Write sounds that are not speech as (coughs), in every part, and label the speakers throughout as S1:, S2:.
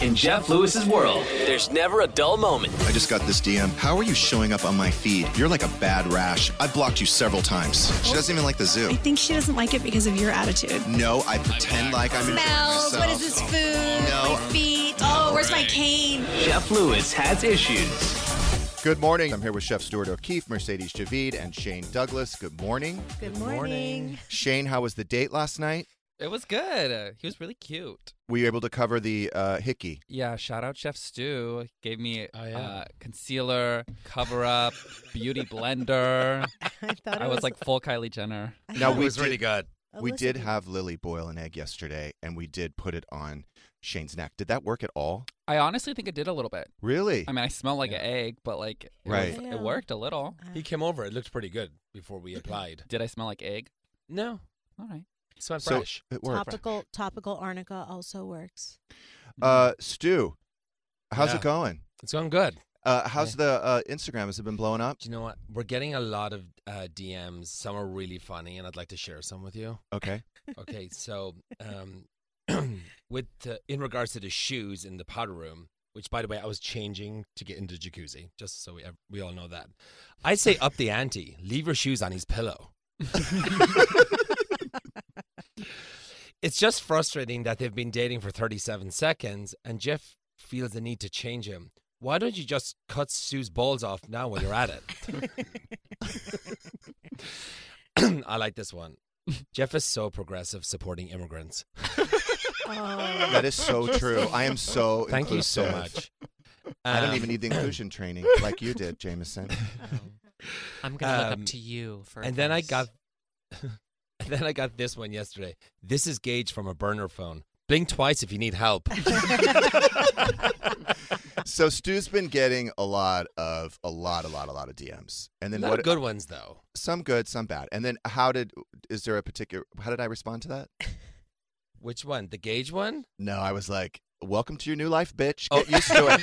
S1: in Jeff Lewis's world.
S2: There's never a dull moment.
S3: I just got this DM. How are you showing up on my feed? You're like a bad rash. I've blocked you several times. She doesn't even like the zoo.
S4: I think she doesn't like it because of your attitude.
S3: No, I pretend like I'm enjoying
S4: Smells.
S3: myself.
S4: What is this food?
S3: No.
S4: My feet. Oh, where's my cane?
S1: Jeff Lewis has issues.
S3: Good morning. I'm here with Chef Stuart O'Keefe, Mercedes Javid, and Shane Douglas. Good morning.
S4: Good morning.
S3: Shane, how was the date last night?
S5: It was good. Uh, He was really cute.
S3: Were you able to cover the uh, hickey?
S5: Yeah, shout out Chef Stu. He Gave me
S6: Oh, yeah.
S5: uh, concealer, cover up, beauty blender.
S7: (laughs) I thought
S5: I was like full Kylie Jenner.
S3: Now
S6: It
S7: (laughs)
S3: we
S6: was
S3: did,
S6: really good.
S3: we did have Lily boil an egg yesterday, and we did put it on Shane's neck. Did that work at all?
S5: I honestly think it did a little bit.
S3: Really?
S5: I mean, I smell like
S6: Yeah.
S5: an egg, but like it, was-
S3: Right.
S7: Yeah.
S5: it worked a little.
S6: He came over. It looked pretty good before we applied.
S5: Did I smell like egg?
S6: No,
S5: All right.
S6: it smelled
S3: so
S6: fresh.
S3: it worked.
S7: topical topical arnica also works.
S3: Uh, Stu, how's it
S6: Yeah.
S3: going?
S6: It's going good.
S3: Uh, how's the uh, Instagram? Has it been blowing up?
S6: Do you know what? We're getting a lot of uh, DMs. Some are really funny, and I'd like to share some with you.
S3: Okay.
S6: Okay, so um, (clears throat) with uh, in regards to the shoes in the powder room, which by the way, I was changing to get into jacuzzi, just so we ev- we all know that. I say up the ante. Leave your shoes on his pillow. (laughs) it's just frustrating that they've been dating for 37 seconds, and Jeff feels the need to change him. Why don't you just cut Sue's balls off now while you're at it? (clears throat) I like this one. Jeff is so progressive supporting immigrants.
S7: Oh.
S6: (laughs)
S3: That is so true. I am so
S6: Thank you so
S3: inclusive.
S6: much.
S3: I don't
S6: Um,
S3: even
S6: (clears throat)
S3: need the inclusion training like you did, Jameson.
S6: (laughs)
S8: I'm gonna look
S6: Um,
S8: up to you for.
S6: And then I
S8: advice.
S6: got (laughs) and then I got this one yesterday. This is Gage from a burner phone. Blink twice if you need help.
S3: So Stu's been getting a lot of a lot, a lot, a lot of DMs, and then
S6: Not
S3: what?
S6: good ones though.
S3: Some good, some bad. And then how did? Is there a particular? How did I respond to that?
S6: Which one? The Gage one?
S3: No, I was like, "Welcome to your new life, bitch.
S6: Oh.
S3: Get used to it.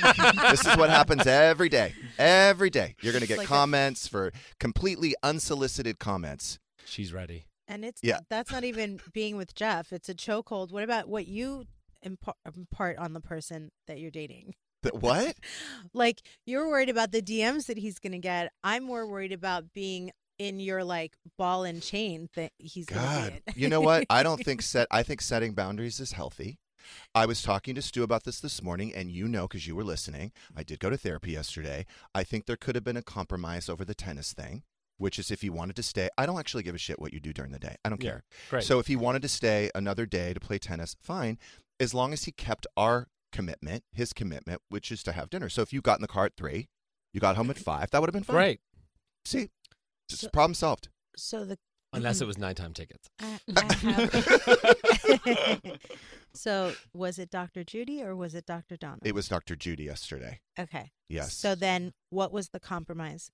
S3: this is
S6: (laughs)
S3: what happens every day. Every day, you're gonna
S7: It's
S3: get
S7: like a-
S3: comments for completely unsolicited comments.
S6: She's ready.
S7: (laughs) And it's
S3: Yeah.
S7: that's not even being with Jeff. It's a chokehold. What about what you impar- impart on the person that you're dating?
S3: But what?
S7: Like you're worried about the DMs that he's going to get. I'm more worried about being in your like ball and chain that he's going
S3: God,
S7: to
S3: you know what? I
S7: (laughs)
S3: don't think set. I think setting boundaries is healthy. I was talking to Stu about this this morning, and you know because you were listening. I did go to therapy yesterday. I think there could have been a compromise over the tennis thing, which is if he wanted to stay. I don't actually give a shit what you do during the day. I don't
S6: Yeah,
S3: care.
S6: great.
S3: So if he wanted to stay another day to play tennis, fine, as long as he kept our commitment, his commitment, which is to have dinner. So if you got in the car at three, you got home at five. That would have been fine.
S6: Great.
S3: See, just
S7: So-
S3: problem solved.
S7: So the
S6: Unless it was nighttime tickets.
S7: I, I
S3: (laughs)
S7: have- (laughs) so was it Dr. Judy or was it Dr. Donna?
S3: It was Dr. Judy yesterday.
S7: okay.
S3: Yes.
S7: So then, what was the compromise?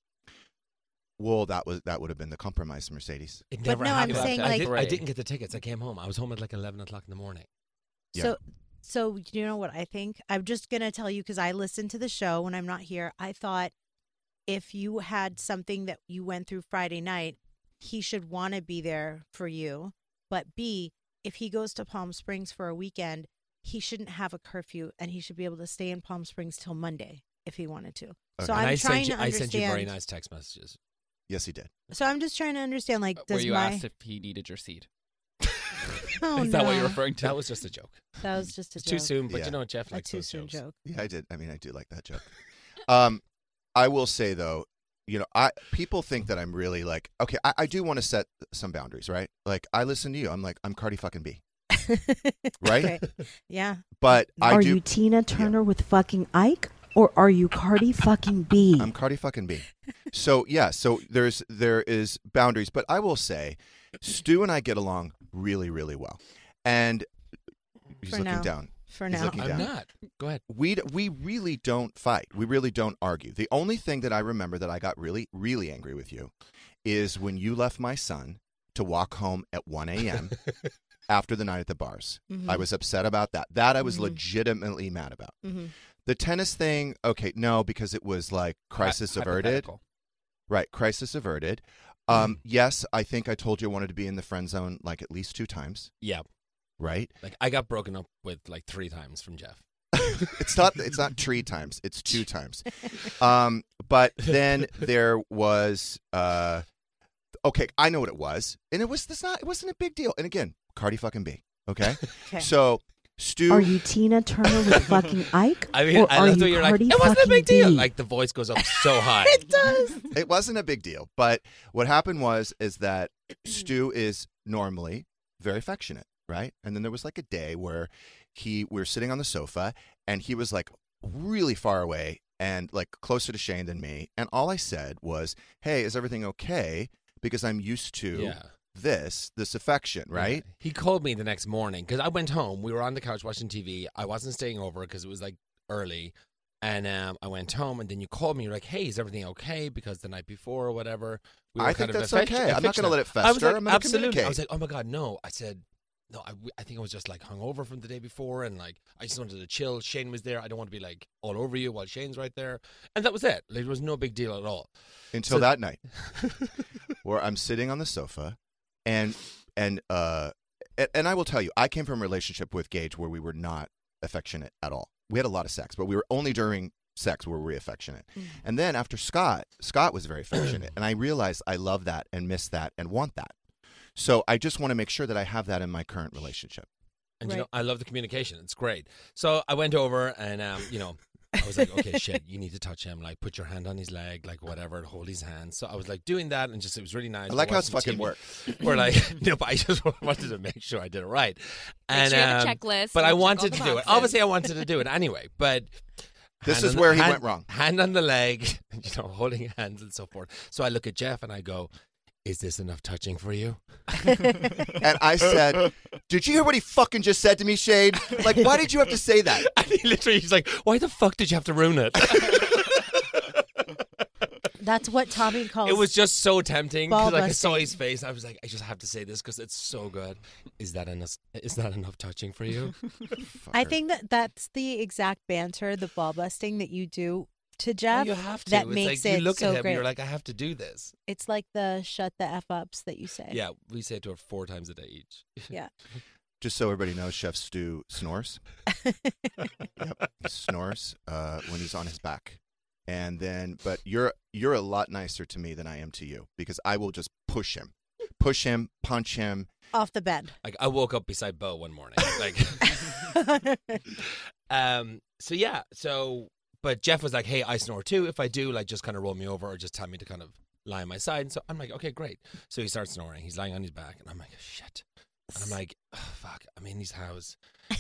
S3: Well, that was that would have been the compromise, Mercedes.
S6: It
S7: But
S6: never
S7: no, I'm
S6: happened.
S7: saying,
S6: I,
S7: like-
S6: did,
S5: Right.
S6: not get the tickets. I came home. I was home at like eleven o'clock in the morning.
S3: Yeah.
S7: So, so you know what I think? I'm just gonna tell you because I listened to the show when I'm not here. I thought if you had something that you went through Friday night, he should want to be there for you. But B, if he goes to Palm Springs for a weekend, he shouldn't have a curfew and he should be able to stay in Palm Springs till Monday if he wanted to.
S3: Okay.
S6: and
S7: So I'm
S6: I
S7: trying
S6: sent you,
S7: to
S6: I sent you very
S7: understand-
S6: nice text messages.
S3: Yes, he did.
S7: So I'm just trying to understand, like,
S5: Uh,
S7: does
S5: Where you
S7: my
S5: asked if he needed your seed.
S7: (laughs) oh,
S5: Is that
S7: no.
S5: what you're referring to?
S6: That was just a joke.
S7: That was just a
S6: It's too
S7: joke.
S6: soon, but
S3: Yeah.
S6: you know Jeff
S7: A
S6: likes
S7: too
S6: those
S7: soon
S6: jokes.
S7: joke.
S3: Yeah, I did. I mean, I do like that joke.
S7: (laughs)
S3: um, I will say though, you know, I people think that I'm really like okay. I, I do want to set some boundaries, right? Like I listen to you. I'm like I'm Cardi fucking B,
S7: (laughs)
S3: right?
S7: Okay. Yeah.
S3: But I
S9: are
S3: do.
S9: you Tina Turner with fucking Ike, or are you Cardi fucking B?
S3: I'm Cardi fucking B. So yeah, so there's there is boundaries, but I will say, Stu and I get along really, really well, and he's
S7: For
S3: looking
S7: now.
S3: down.
S7: For
S3: He's
S7: now.
S3: looking
S6: I'm
S3: down.
S6: not. Go ahead.
S3: we d- we really don't fight. We really don't argue. The only thing that I remember that I got really really angry with you is when you left my son to walk home at 1
S5: (laughs)
S3: a.m. after the night at the bars.
S7: Mhm.
S5: Mm-hmm.
S3: I was upset about that. That I was
S7: Mhm.
S3: legitimately mad about.
S5: Mm-hmm.
S7: Mhm.
S3: The tennis thing, okay, no, because it was like crisis
S5: Hy-
S3: averted.
S5: hypothetical. Mm-hmm.
S3: Right, crisis averted. Um, Yes, I think I told you I wanted to be in the friend zone like at least two times.
S6: Yeah.
S3: Right.
S6: Like I got broken up with like three times from Jeff.
S3: it's not it's not tree times. It's two times. Um, but then there was uh, okay, I know what it was, and it was this not it wasn't a big deal. And again, Cardi fucking B. Okay,
S7: Okay.
S3: so Stu.
S9: Are you Tina Turner with fucking Ike?
S6: I mean,
S9: or
S6: I
S9: are
S6: love
S9: you
S6: that you're like,
S9: Cardi
S6: it wasn't a
S9: fucking
S6: big deal.
S9: B?
S6: Like the voice goes up so
S9: (laughs)
S6: high.
S3: it wasn't a big deal, but what happened was is that Stu is normally very affectionate, right? And then there was like a day where he we were sitting on the sofa and he was like really far away and like closer to Shane than me, and all I said was, "Hey, is everything okay?" Because I'm used to
S6: Yeah.
S3: this this affection, right?
S6: He called me the next morning because I went home. We were on the couch watching TV. I wasn't staying over because it was like early. And um, I went home, and then you called me. You're like, "Hey, is everything okay?" Because the night before or whatever, we
S3: I
S6: were
S3: think
S6: kind of
S3: that's
S6: affect-
S3: okay. I'm not gonna let it
S6: affectionate. I was
S3: fester.
S6: like,
S3: I'm gonna
S6: absolutely. I
S3: communicate.
S6: was like, "Oh my god, no!" I said, "No, I, I think I was just like hungover from the day before, and like I just wanted to chill." Shane was there. I don't want to be like all over you while Shane's right there, and that was it. Like, it was no big deal at all.
S3: Until
S6: So-
S3: that night, (laughs) where I'm sitting on the sofa, and and uh, a- and I will tell you, I came from a relationship with Gage where we were not affectionate at all. We had a lot of sex, but we were only during sex were we affectionate. And then after Scott, Scott was very affectionate, and I realized I love that and miss that and want that. So I just want to make sure that I have that in my current relationship.
S6: And you
S7: Right.
S6: know, I love the communication. It's great. So I went over and um, you know, I was like, okay, shit, you need to touch him. Like, put your hand on his leg, like whatever, and hold his hand. So I was like doing that, and just it was really nice.
S3: I like
S6: We're
S3: how it's
S6: watching
S3: fucking work.
S6: (laughs) TV. We're like, no, but I just (laughs) wanted to make sure I did it right. And
S10: sure you have a
S6: um,
S10: checklist
S6: But
S10: and
S6: I
S10: check all
S6: wanted
S10: the
S6: to do it.
S10: boxes.
S6: Obviously, I wanted to do it anyway. But
S3: This
S6: hand
S3: is
S6: on the-
S3: where he
S6: hand-
S3: went wrong.
S6: Hand on the leg, (laughs) you know, holding hands and so forth. So I look at Jeff and I go, "Is this enough touching for you?" (laughs)
S3: And I said, "Did you hear what he fucking just said to me, Shade? Like, why did you have to say that?"
S6: And he literally, he's like, "Why the fuck did you have to ruin it?"
S7: That's what Tommy calls.
S6: It was just so tempting because
S7: Ball
S6: like, I saw
S7: busting.
S6: his face. And I was like, I just have to say this because it's so good. Is that enough? Is that enough touching for
S7: (laughs)
S6: you?
S7: I
S3: Fucker.
S7: think that that's the exact banter, the ball busting that you do to Jeff.
S6: Oh, you have to.
S7: That
S6: it's
S7: makes
S6: like,
S7: it
S6: you look
S7: so
S6: at him.
S7: great.
S6: You're like, I have to do this.
S7: it's like the shut the f ups that you say.
S6: Yeah, we say it to her four times a day each.
S7: Yeah. (laughs)
S3: Just so everybody knows, Chef Stu snores. yep, he snores uh, when he's on his back, and then. But you're you're a lot nicer to me than I am to you because I will just push him, push him, punch him.
S7: Off the bed. (laughs)
S6: Like I woke up beside Bo one morning. Like, um. So yeah. So, but Jeff was like, "Hey, I snore too. If I do, like, just kind of roll me over or just tell me to kind of." Lie on my side, and so I'm like, okay, great. So he starts snoring. He's lying on his back, and I'm like, shit. And I'm like, oh, fuck, I'm in his house.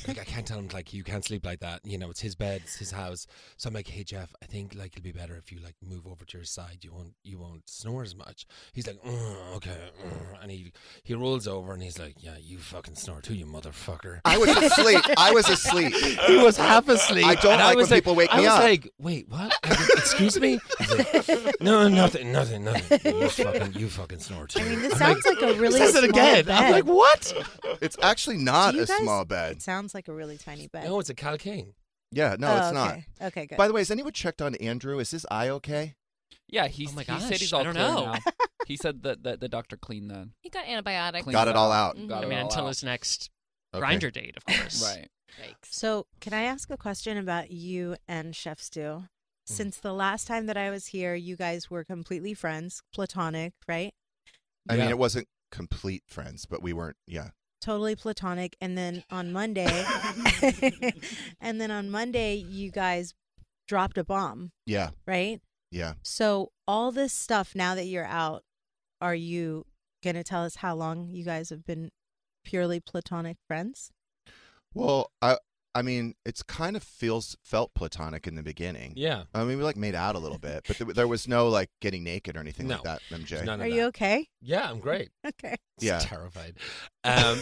S6: Like, I can't tell him, like, you can't sleep like that. You know, it's his bed, it's his house. So I'm like, hey, Jeff, I think, like, it'll be better if you, like, move over to your side. You won't, you won't snore as much. He's like, "Mm, okay. mm," And he, he rolls over and he's like, yeah, you fucking snore too, you motherfucker.
S3: I was asleep. I was asleep.
S6: (laughs) He was half asleep.
S3: I don't
S6: and
S3: like
S6: was
S3: when people wake
S6: I
S3: me
S6: was
S3: up.
S6: like, wait, what? I was- Excuse
S7: (laughs)
S6: me? He's like, no, nothing, nothing, nothing. You fucking, you
S7: (laughs)
S6: fucking snore too.
S7: I mean,
S6: (laughs)
S7: this
S6: I'm
S7: sounds like, a really
S6: says
S7: small
S6: it again.
S7: bed.
S6: I'm like, what?
S3: It's actually not
S7: Do you
S3: a
S7: guys-
S3: small bed.
S7: It sounds like a really tiny bed.
S6: No, it's a Cal King.
S3: Yeah, no,
S7: Oh,
S3: it's
S7: okay.
S3: not.
S7: Okay, good.
S3: By the way, has anyone checked on Andrew? Is his eye okay?
S5: Yeah, he's,
S8: my
S5: he said
S8: gosh,
S5: he's
S8: I
S5: all
S8: don't
S5: clear
S8: know.
S5: now. He said that the, the doctor cleaned the.
S10: He got antibiotics.
S5: Clean
S3: Got it all out.
S10: Mhm.
S5: Got
S8: I
S5: it
S8: mean,
S5: all
S8: until
S5: out.
S8: his next
S3: Okay.
S8: grinder date,
S7: (laughs)
S8: of course.
S5: Right.
S10: Yikes.
S7: so, can I ask a question about you and Chef Stu? Since the last time that I was here, you guys were completely friends, platonic, right?
S3: I mean,
S6: Yeah.
S3: it wasn't complete friends, but we weren't. Yeah,
S7: totally platonic and then on (laughs) monday and then on monday you guys dropped a bomb
S3: yeah,
S7: right
S3: yeah.
S7: so all this stuff now that you're out are you gonna tell us how long you guys have been purely platonic friends
S3: Well, I I mean, it's kind of feels felt platonic in the beginning.
S6: Yeah.
S3: I mean, we like made out a little bit, but there, there was no like getting naked or anything like
S6: No.
S3: that. MJ,
S6: There's none of
S7: are you
S6: that.
S7: okay (laughs)
S6: Yeah, I'm great.
S7: okay
S6: It's
S3: Yeah.
S6: Terrified. Um,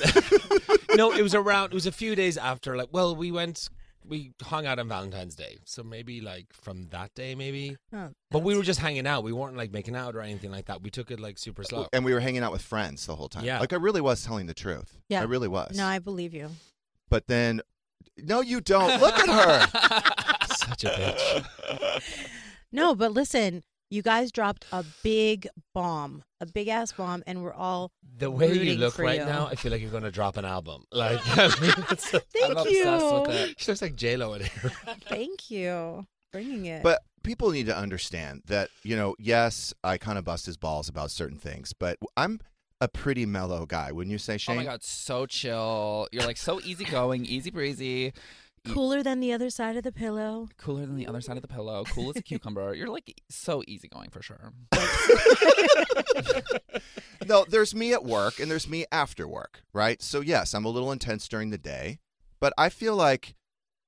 S6: (laughs) no, it was around, it was a few days after, like, well, we went, we hung out on Valentine's Day. So maybe, like, from that day, maybe.
S7: oh,
S6: But we were just hanging out. We weren't, like, making out or anything like that. We took it, like, super slow. (laughs)
S3: and we were hanging out with friends the whole time.
S6: Yeah.
S3: like I really was telling the truth.
S7: Yeah.
S3: I really was.
S7: no i believe you
S3: but then, no, you
S7: (laughs)
S3: don't. Look at her.
S6: Such a bitch.
S7: no but listen You guys dropped a big bomb, a big ass bomb, and we're all
S6: The way you
S7: rooting
S6: look
S7: for
S6: right
S7: you.
S6: now, I feel like you're going to drop an
S7: (laughs)
S6: album. Like, I mean, it's-
S7: thank
S5: I'm
S7: you,
S5: obsessed with that.
S6: she looks like J Lo in here.
S7: thank you, bringing it.
S3: But people need to understand that, you know, yes, I kind of bust his balls about certain things, but I'm a pretty mellow guy, wouldn't you say,
S5: Oh
S3: Shane?
S5: my god, so chill. You're like so easygoing, easy breezy,
S7: cooler than the other side of the pillow.
S5: cooler than the other side of the pillow, cool as
S3: (laughs)
S5: a cucumber. You're like so easygoing for sure.
S3: No, there's me at work and there's me after work, right? So yes, I'm a little intense during the day, but I feel like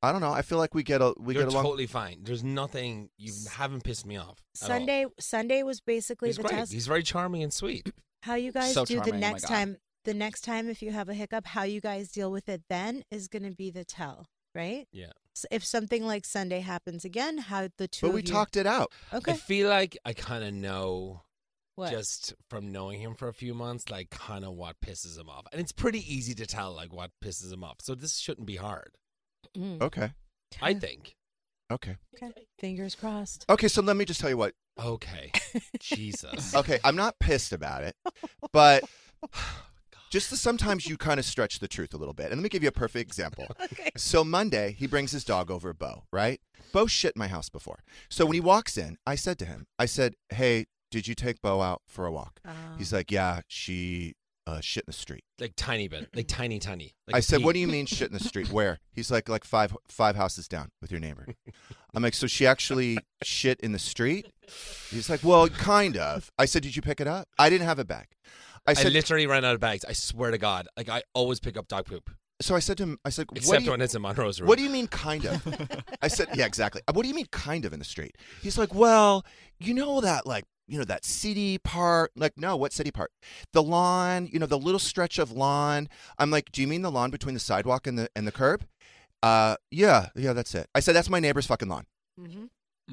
S3: I don't know. I feel like we get a (laughs) we
S6: You're
S3: get along.
S6: totally fine. There's nothing. You haven't pissed me off. at all.
S7: Sunday, Sunday was
S6: Oh.
S7: basically
S6: He's
S7: the
S6: great.
S7: test.
S6: He's very charming and
S7: (clears throat)
S6: sweet.
S7: how you guys
S5: So
S7: do
S5: charming, oh
S7: the
S5: my
S7: next
S5: God.
S7: time. The next time, if you have a hiccup, how you guys deal with it then is going to be the tell, right?
S6: Yeah.
S7: So if something like Sunday happens again, how the two
S3: but
S7: of
S3: we
S7: you-
S3: talked it out.
S6: I
S7: Okay.
S6: feel like I kind of know
S7: What?
S6: just from knowing him for a few months, like kind of what pisses him off, and it's pretty easy to tell like what pisses him off. So this shouldn't be hard.
S7: Mm.
S3: Okay.
S7: (laughs)
S6: I think.
S3: Okay.
S7: Okay.
S3: (laughs)
S7: Fingers crossed.
S3: Okay, so let me just tell you what.
S7: (laughs)
S6: Okay. Jesus.
S3: Okay, I'm not pissed about it,
S7: (laughs)
S3: but
S7: Oh,
S3: just that sometimes you kind of stretch the truth a little bit. And let me give you a perfect example.
S7: Okay.
S3: So Monday, he brings his dog over, Bo, right? Bo shit my house before. So when he walks in, I said to him, I said, "Hey, did you take Bo out for a walk?" He's like, "Yeah, she uh, shit in the street."
S6: Like tiny bit. Like tiny, tiny. Like
S3: I said, "What do you mean shit in the
S6: (laughs)
S3: street? Where?" He's like, "Like five five houses down with your neighbor." I'm like, "So she actually shit in the street?" He's like, "Well, kind of." I said, "Did you pick it up?" I didn't have it back. I
S6: I,
S3: said,
S6: literally ran out of bags. I swear to God. Like I always pick up dog poop,
S3: "So I said to him, I said, what
S6: except
S3: do, you,
S6: when it's in Monroe's room.
S3: what do you mean kind of?" I said, "Yeah, exactly." Uh, What do you mean kind of in the street? He's like, "Well, you know that like." You know, that city part. Like, no, what city part? The lawn, you know, the little stretch of lawn. I'm like, do you mean the lawn between the sidewalk and the and the curb? Uh, yeah, yeah, that's it. I said that's my neighbor's fucking lawn.
S7: Mm-hmm.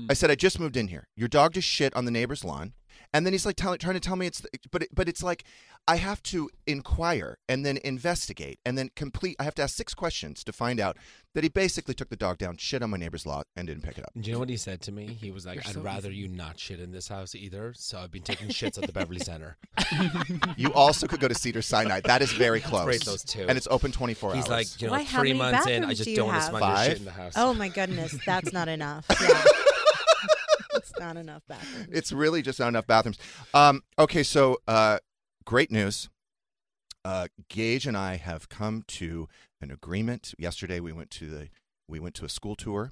S3: I said I just moved in here. Your dog just shit on the neighbor's lawn, and then he's like tell, trying to tell me it's. The, but it, but it's like I have to inquire and then investigate and then complete. I have to ask six questions to find out that he basically took the dog down, shit on my neighbor's lot, and didn't pick it up.
S6: Do you know what he said to me? He was like,
S5: You're
S6: "I'd
S5: so
S6: rather you not shit in this house either." So I've been
S3: (laughs)
S6: taking shits at the Beverly Center.
S3: You also could go to Cedar Sinai. That
S6: (laughs)
S3: is very close.
S6: rate those two.
S3: and it's open twenty four hours.
S6: He's like, you know,
S7: Why, how
S6: three
S7: many
S6: months in, I
S7: bathrooms do
S6: just
S7: you
S6: don't want to
S7: have?
S6: smell your shit
S3: Five?
S6: in the house.
S7: Oh my goodness, that's
S3: (laughs)
S7: not enough. Yeah. it's not enough bathrooms.
S3: it's really just not enough bathrooms. Um, okay, so uh, great news. Uh, Gage and I have come to an agreement. Yesterday, we went to the we went to a school tour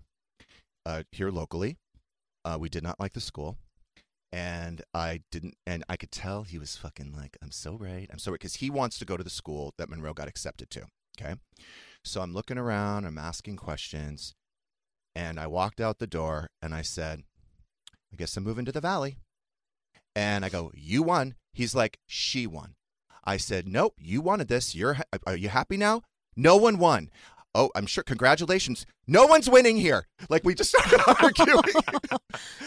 S3: uh, here locally. Uh, we did not like the school, and I didn't. And I could tell he was fucking like, "I'm so right, I'm so right," because he wants to go to the school that Monroe got accepted to. Okay, so I'm looking around, I'm asking questions, and I walked out the door and I said, I guess I'm moving to the valley. And I go, You won. He's like, She won. I said, Nope, you wanted this. You're, ha- uh, are you happy now? No one won. Oh, I'm sure. Congratulations. No one's winning here. Like, we just started (laughs) arguing.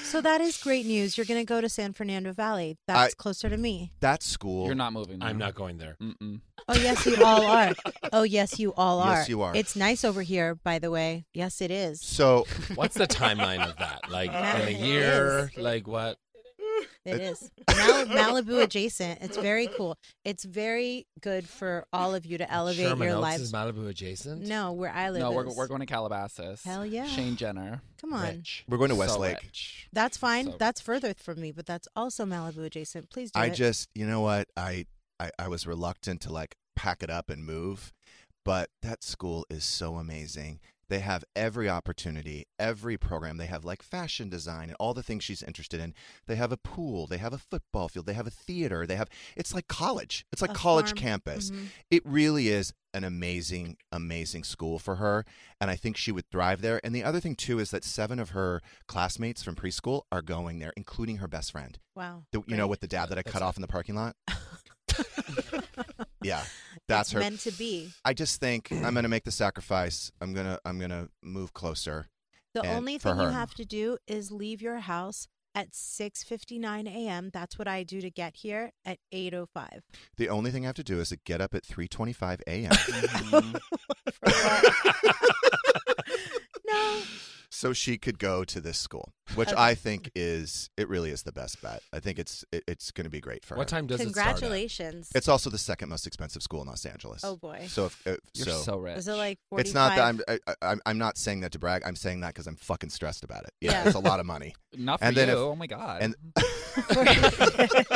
S7: So that is great news. You're going to go to San Fernando Valley. That's closer to me.
S3: That's school.
S5: You're not moving.
S6: I'm
S5: now.
S6: not going
S3: (laughs)
S6: there.
S5: Mm-mm.
S7: Oh yes, you all are. Oh yes, you all are.
S3: Yes, you are.
S7: It's nice over here, by the way. Yes, it is.
S3: So
S6: What's the timeline of that? Like
S7: Yeah,
S6: in a
S7: it
S6: year? Like what?
S7: It is
S3: (laughs)
S7: Mal- Malibu adjacent. It's very cool. It's very good for all of you to elevate
S6: Sherman
S7: your
S6: Oaks
S7: lives.
S6: is Malibu adjacent.
S7: no, where I live.
S5: No, we're,
S7: is.
S5: we're going to Calabasas.
S7: Hell yeah.
S5: Shane Jenner.
S7: Come on.
S6: Rich.
S3: we're going to
S5: So
S3: Westlake.
S5: rich.
S7: That's fine.
S5: So-
S7: that's further from me, but that's also Malibu adjacent. Please do
S3: I
S7: it.
S3: just, you know what? I, I, I was reluctant to like pack it up and move, but that school is so amazing. They have every opportunity, every program. They have like fashion design and all the things she's interested in. They have a pool, they have a football field, they have a theater, they have it's like college. It's like
S7: A
S3: college
S7: farm.
S3: campus.
S7: Mhm.
S3: It really is an amazing, amazing school for her. And I think she would thrive there. And the other thing too is that seven of her classmates from preschool are going there, including her best friend.
S7: Wow.
S3: The, you know,
S7: Great.
S3: with the dad that I cut
S6: That's-
S3: off in the parking lot. yeah,
S7: (laughs)
S3: that's
S7: It's
S3: her.
S7: meant to be.
S3: I just think I'm gonna make the sacrifice. I'm gonna I'm gonna move closer.
S7: The
S3: and
S7: only
S3: for
S7: thing you
S3: her.
S7: have to do is leave your house at 6:59 a.m. That's what I do to get here at 8:05.
S3: (laughs) The only thing I have to do is to get up at 3:25 a.m.
S7: No,
S3: (laughs) so she could go to this school, which I think is it really is the best bet. I think it's it, it's going to be great for
S6: What
S3: her.
S6: time does it
S7: Congratulations.
S3: It's also the second most expensive school in Los Angeles.
S7: Oh, boy.
S3: So if, if
S5: You're
S3: so,
S5: so, rich.
S7: Is it like 45?
S3: it's not that I'm I, I, I'm- I'm not saying that to brag. I'm saying that because I'm fucking stressed about it. Yeah,
S7: Yeah.
S3: it's a lot of money.
S5: Not for
S3: and then
S5: you.
S3: if-
S5: oh my god.
S3: and-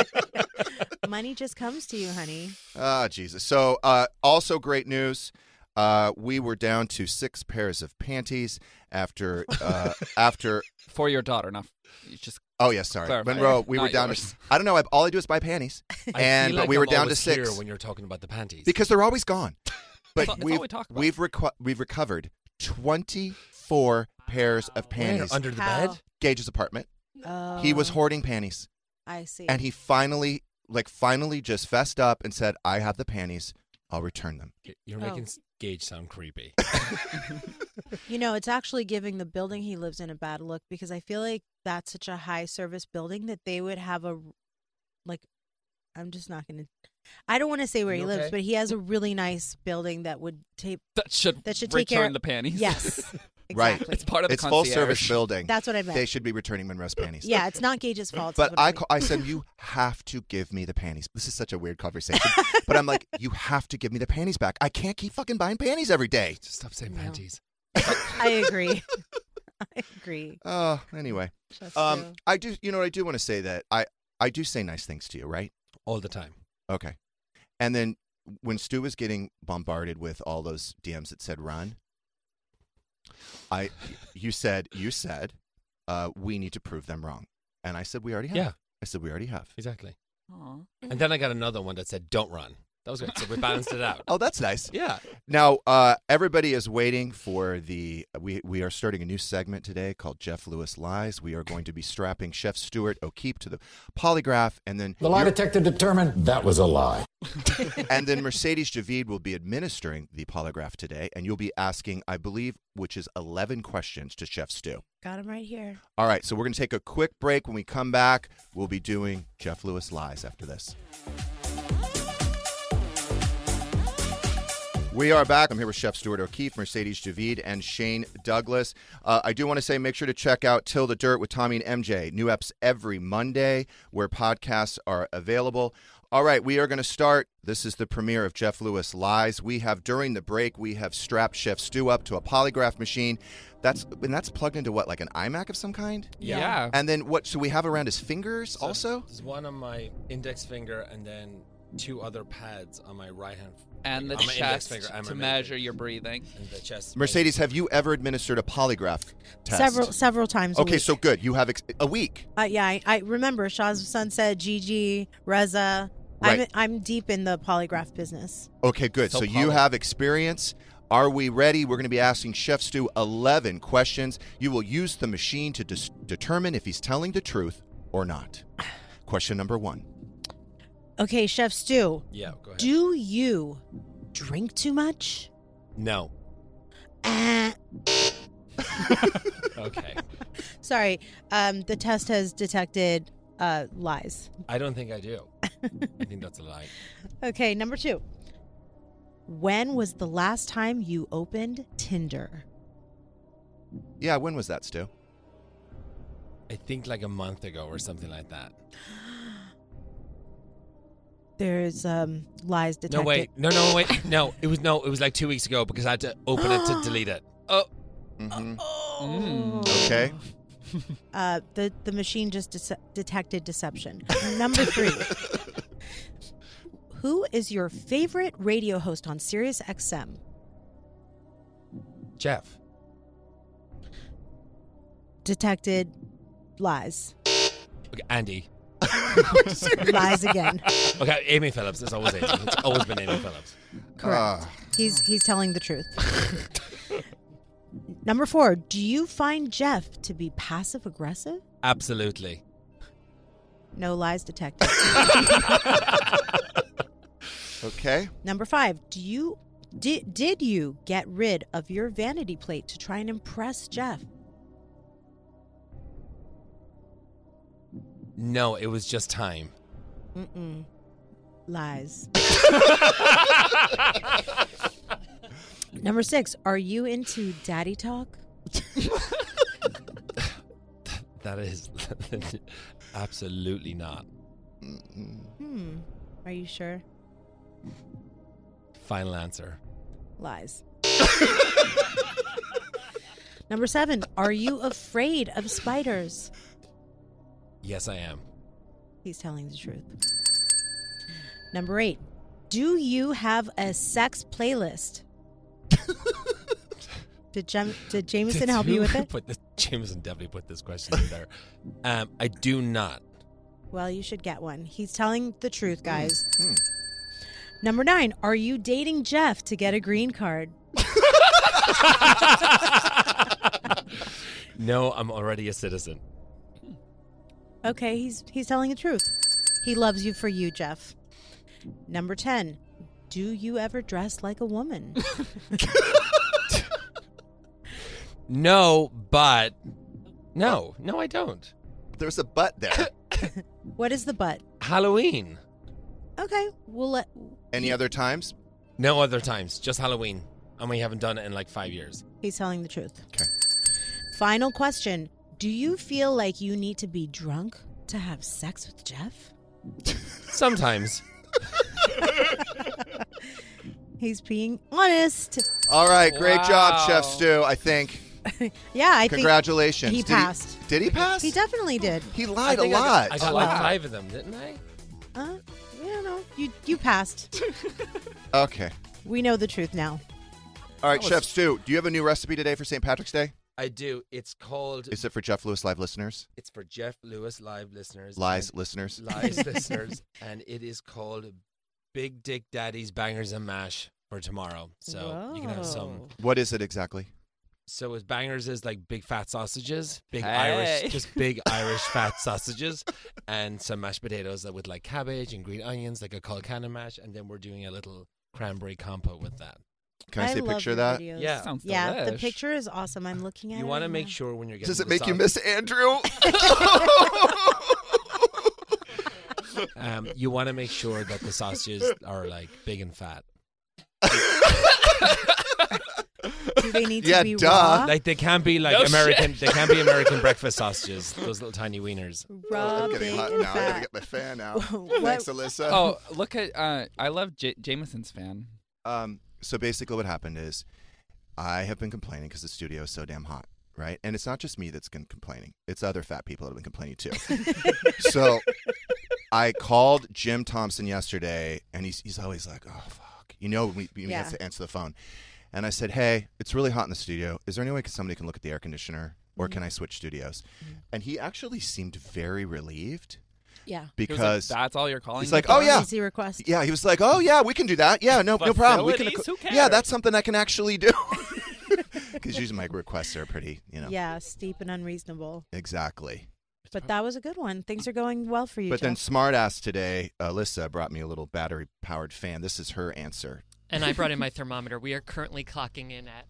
S7: (laughs) Money just comes to you, honey.
S3: Ah, Jesus. So, uh, also great news. Uh, we were down to six pairs of panties after
S5: (laughs)
S3: uh, after.
S5: for your daughter, not you just
S3: Oh yes, sorry,
S5: Clarify.
S3: Monroe. We were
S5: Not
S3: down
S5: yours.
S3: to. I don't know. I, all I do is buy
S5: (laughs)
S3: panties,
S6: I
S3: and
S6: feel
S3: but
S6: like
S3: we
S6: I'm
S3: were down to
S6: always here
S3: six
S6: when you're talking about the panties.
S3: because they're always gone. But
S5: all- (laughs) that's all
S3: we've
S5: we talk about.
S3: we've reco- we've recovered twenty four pairs of
S6: Where?
S3: panties.
S6: under the
S7: How?
S6: bed.
S3: Gage's apartment.
S7: Oh,
S3: He was hoarding panties.
S7: I see.
S3: and he finally like finally just fessed up and said i have the panties i'll return them
S6: You're
S7: Oh.
S6: making s- Gage sound
S3: (laughs)
S6: creepy.
S7: you know, it's actually giving the building he lives in a bad look because I feel like that's such a high service building that they would have a like. I'm just not gonna. I don't want to say where
S6: You
S7: he lives,
S6: okay?
S7: but he has a really nice building that would take.
S5: that should
S7: That should
S5: return
S7: take care-
S5: the panties.
S7: Yes,
S3: Right.
S7: exactly.
S5: (laughs) it's part of the
S3: it's full service
S5: concierge.
S3: building
S7: That's what I meant.
S3: they should be returning monroe's panties
S7: yeah, it's not Gage's fault. is
S3: but
S7: what
S3: I,
S7: mean.
S3: ca- I said
S7: (laughs)
S3: you have to give me the panties this is such a weird conversation but i'm like you have to give me the panties back i can't keep fucking buying panties every day
S6: Just stop saying
S7: No.
S6: panties.
S7: I
S3: (laughs)
S7: agree. (laughs) I agree.
S3: oh anyway
S7: That's true.
S3: um i do you know what i do want to say that i i do say nice things to you right
S6: All the time.
S3: okay and then when stu was getting bombarded with all those dms that said run I, you said, you said, uh, we need to prove them wrong, and I said we already have.
S6: Yeah.
S3: I said we already have.
S6: Exactly.
S5: Aw.
S6: And then I got another one that said, "Don't run." That was good. So we balanced it
S3: (laughs)
S6: out.
S3: Oh, that's nice.
S6: Yeah.
S3: Now uh, everybody is waiting for the. We we are starting a new segment today called Jeff Lewis Lies. We are going to be strapping Chef Stuart O'Keefe to the polygraph, and then
S10: The lie detector determined that was a lie.
S3: (laughs) and then Mercedes Javid will be administering the polygraph today, and you'll be asking, I believe, which is eleven questions to Chef Stu.
S7: Got him right here.
S3: All right, so we're going to take a quick break. When we come back, we'll be doing Jeff Lewis Lies after this. We are back. I'm here with Chef Stuart O'Keefe, Mercedes Javid, and Shane Douglas. Uh, I do want to say make sure to check out Till the Dirt with Tommy and MJ. New eps every Monday where podcasts are available. All right, we are going to start. This is the premiere of Jeff Lewis Lies. We have during the break we have strapped Chef Stu up to a polygraph machine. That's and that's plugged into what like an iMac of some kind.
S5: Yeah.
S3: And then what? So we have around his fingers
S6: So
S3: also.
S6: there's one on my index finger and then two other pads on my right hand.
S5: And the
S6: on my index
S5: chest
S6: finger and my
S5: to
S6: middle
S5: measure
S6: finger.
S5: your breathing.
S6: And the chest.
S3: Mercedes, have you ever administered a polygraph test?
S7: Several several times. a
S3: Okay,
S7: week.
S3: so good. You have ex- a week.
S7: Uh, yeah, I, I remember Shah's son said Gigi, Reza.
S3: Right.
S7: I'm I'm deep in the polygraph business.
S3: Okay, good. So,
S6: So
S3: you
S6: poly-
S3: have experience. Are we ready? We're going to be asking Chef Stu 11 questions. You will use the machine to dis- determine if he's telling the truth or not. Question number one.
S7: Okay, Chef Stu,
S6: Yeah, go ahead.
S7: do you drink too much?
S6: no.
S7: Ah.
S6: Okay.
S7: Sorry, um, the test has detected uh, lies.
S6: I don't think I do. I think that's a lie.
S7: Okay, number two. When was the last time you opened Tinder?
S3: Yeah, when was that, Stu?
S6: I think like a month ago or something like that.
S7: There's um, lies detected.
S6: No wait, no, no wait, no. It was no, it was like two weeks ago because I had to open it to delete it. Oh,
S3: hmm
S5: Mm.
S3: Okay.
S7: Uh, the the machine just dece- detected deception.
S6: (laughs)
S7: Number three. Who is your favorite radio host on Sirius XM?
S6: Jeff.
S7: Detected lies.
S6: Okay, Andy. (laughs)
S7: lies again.
S6: Okay, Amy Phillips. It's always Amy. It's always been Amy Phillips.
S7: Correct.
S3: Ah.
S7: he's he's telling the truth. Number four. Do you find Jeff to be passive aggressive?
S6: Absolutely.
S7: No lies detected.
S3: Okay.
S7: Number five. Do you did did you get rid of your vanity plate to try and impress Jeff?
S6: No, it was just time.
S7: Mm-mm. Lies. (laughs) Number six, are you into daddy talk?
S6: That is (laughs) absolutely not.
S7: Hmm. Are you sure?
S6: Final answer.
S7: Lies. (laughs) Number seven. Are you afraid of spiders?
S6: Yes, I am.
S7: He's telling the truth. Number eight. Do you have a sex playlist? did, Jem- did
S6: (laughs)
S7: Jameson
S6: Did
S7: help you with it?
S6: Put this, Jameson definitely put this question in there. Um, I do not. (laughs)
S7: Well, you should get one. He's telling the truth, guys.
S3: Mm.
S7: Number nine. Are you dating Jeff to get a green card?
S6: No, I'm already a citizen.
S7: Okay, he's he's telling the truth. He loves you for you, Jeff. Number 10. Do you ever dress like a woman?
S6: No, but no, no, I don't.
S3: There's a
S6: (coughs)
S3: butt there.
S7: what is the butt?
S6: Halloween.
S7: Okay, we'll let
S3: Any other times?
S6: No other times, just Halloween, and we haven't done it in like five years.
S7: He's telling the truth.
S3: Okay.
S7: Final question. Do you feel like you need to be drunk to have sex with Jeff?
S6: Sometimes.
S7: He's being honest.
S3: All right, great job, Chef
S5: Wow.
S3: Stu. I think.
S7: Yeah, I
S3: Congratulations.
S7: he
S3: Did
S7: passed.
S3: Did he pass?
S7: think he definitely did.
S3: He
S6: I
S3: lied a
S6: think I got-
S3: lot.
S6: I got like five of them, didn't I?
S7: Uh, yeah, no. You you passed.
S3: okay.
S7: We know the truth now.
S3: All right,
S6: That was-
S3: Chef Stu, do you have a new recipe today for St. Patrick's Day?
S6: I do. It's called.
S3: Is it for Jeff Lewis Live listeners?
S6: It's for Jeff Lewis live listeners.
S3: Lies
S6: and-
S3: listeners?
S6: lies listeners, and it is called Big Dick Daddy's Bangers and Mash for tomorrow. So you can have some.
S7: Whoa.
S3: (laughs) What is it exactly?
S6: So with bangers is like big fat sausages, big
S5: Hey.
S6: Irish, just big Irish fat sausages, and some mashed potatoes that with like cabbage and green onions, like a colcannon mash, and then we're doing a little cranberry compote with that.
S3: Can I, see a
S7: love
S3: picture
S7: your
S3: of that?
S7: videos.
S6: Yeah.
S5: Sounds
S7: Yeah, the
S5: delish.
S7: picture is awesome. I'm looking at it.
S6: You want to
S7: right
S6: make
S7: now.
S6: sure when you're getting
S3: Does it
S6: the
S3: make you
S6: sau-
S3: miss
S7: (laughs)
S3: Andrew?
S6: Um, you want to make sure that the sausages are like big and fat.
S7: Do they need
S3: Yeah,
S7: to be
S3: duh.
S7: raw?
S6: Like they can't be like
S5: No
S6: American. They can't be (laughs) American breakfast sausages. Those little tiny wieners.
S7: raw,
S3: Oh, I'm getting
S7: big
S3: hot
S7: and
S3: now. I gotta
S7: fat.
S3: get my fan out.
S7: (laughs) What-
S3: Thanks, Alyssa.
S5: Oh, look at uh, I love J- Jameson's fan.
S3: Um, so basically, what happened is I have been complaining because the studio is so damn hot, right? And it's not just me that's been complaining, it's other fat people that have been complaining too. so I called Jim Thompson yesterday, and he's, he's always like, oh, fuck. You know, when, we, when he has
S7: Yeah.
S3: to answer the phone. And I said, hey, it's really hot in the studio. Is there any way c- somebody can look at the air conditioner? Or can I switch studios? And he actually seemed very relieved
S7: Yeah.
S5: He was
S3: because
S5: like, that's all you're calling.
S3: he's
S5: me
S3: like,
S5: for?"
S3: "Oh, yeah."
S7: Easy request.
S3: yeah, he was like, "Oh yeah, we can do that. Yeah, no, no problem. We can.
S5: Facilities? Who
S3: Yeah,
S5: cares?
S3: that's something I can actually do." (laughs) Because usually my requests are pretty, you know.
S7: Yeah, steep and unreasonable.
S3: Exactly.
S7: But that was a good one. Things are going well for you.
S3: But then
S7: Jeff.
S3: smartass today, Alyssa brought me a little battery-powered fan. This is her answer.
S8: And I brought in my thermometer. We are currently clocking in at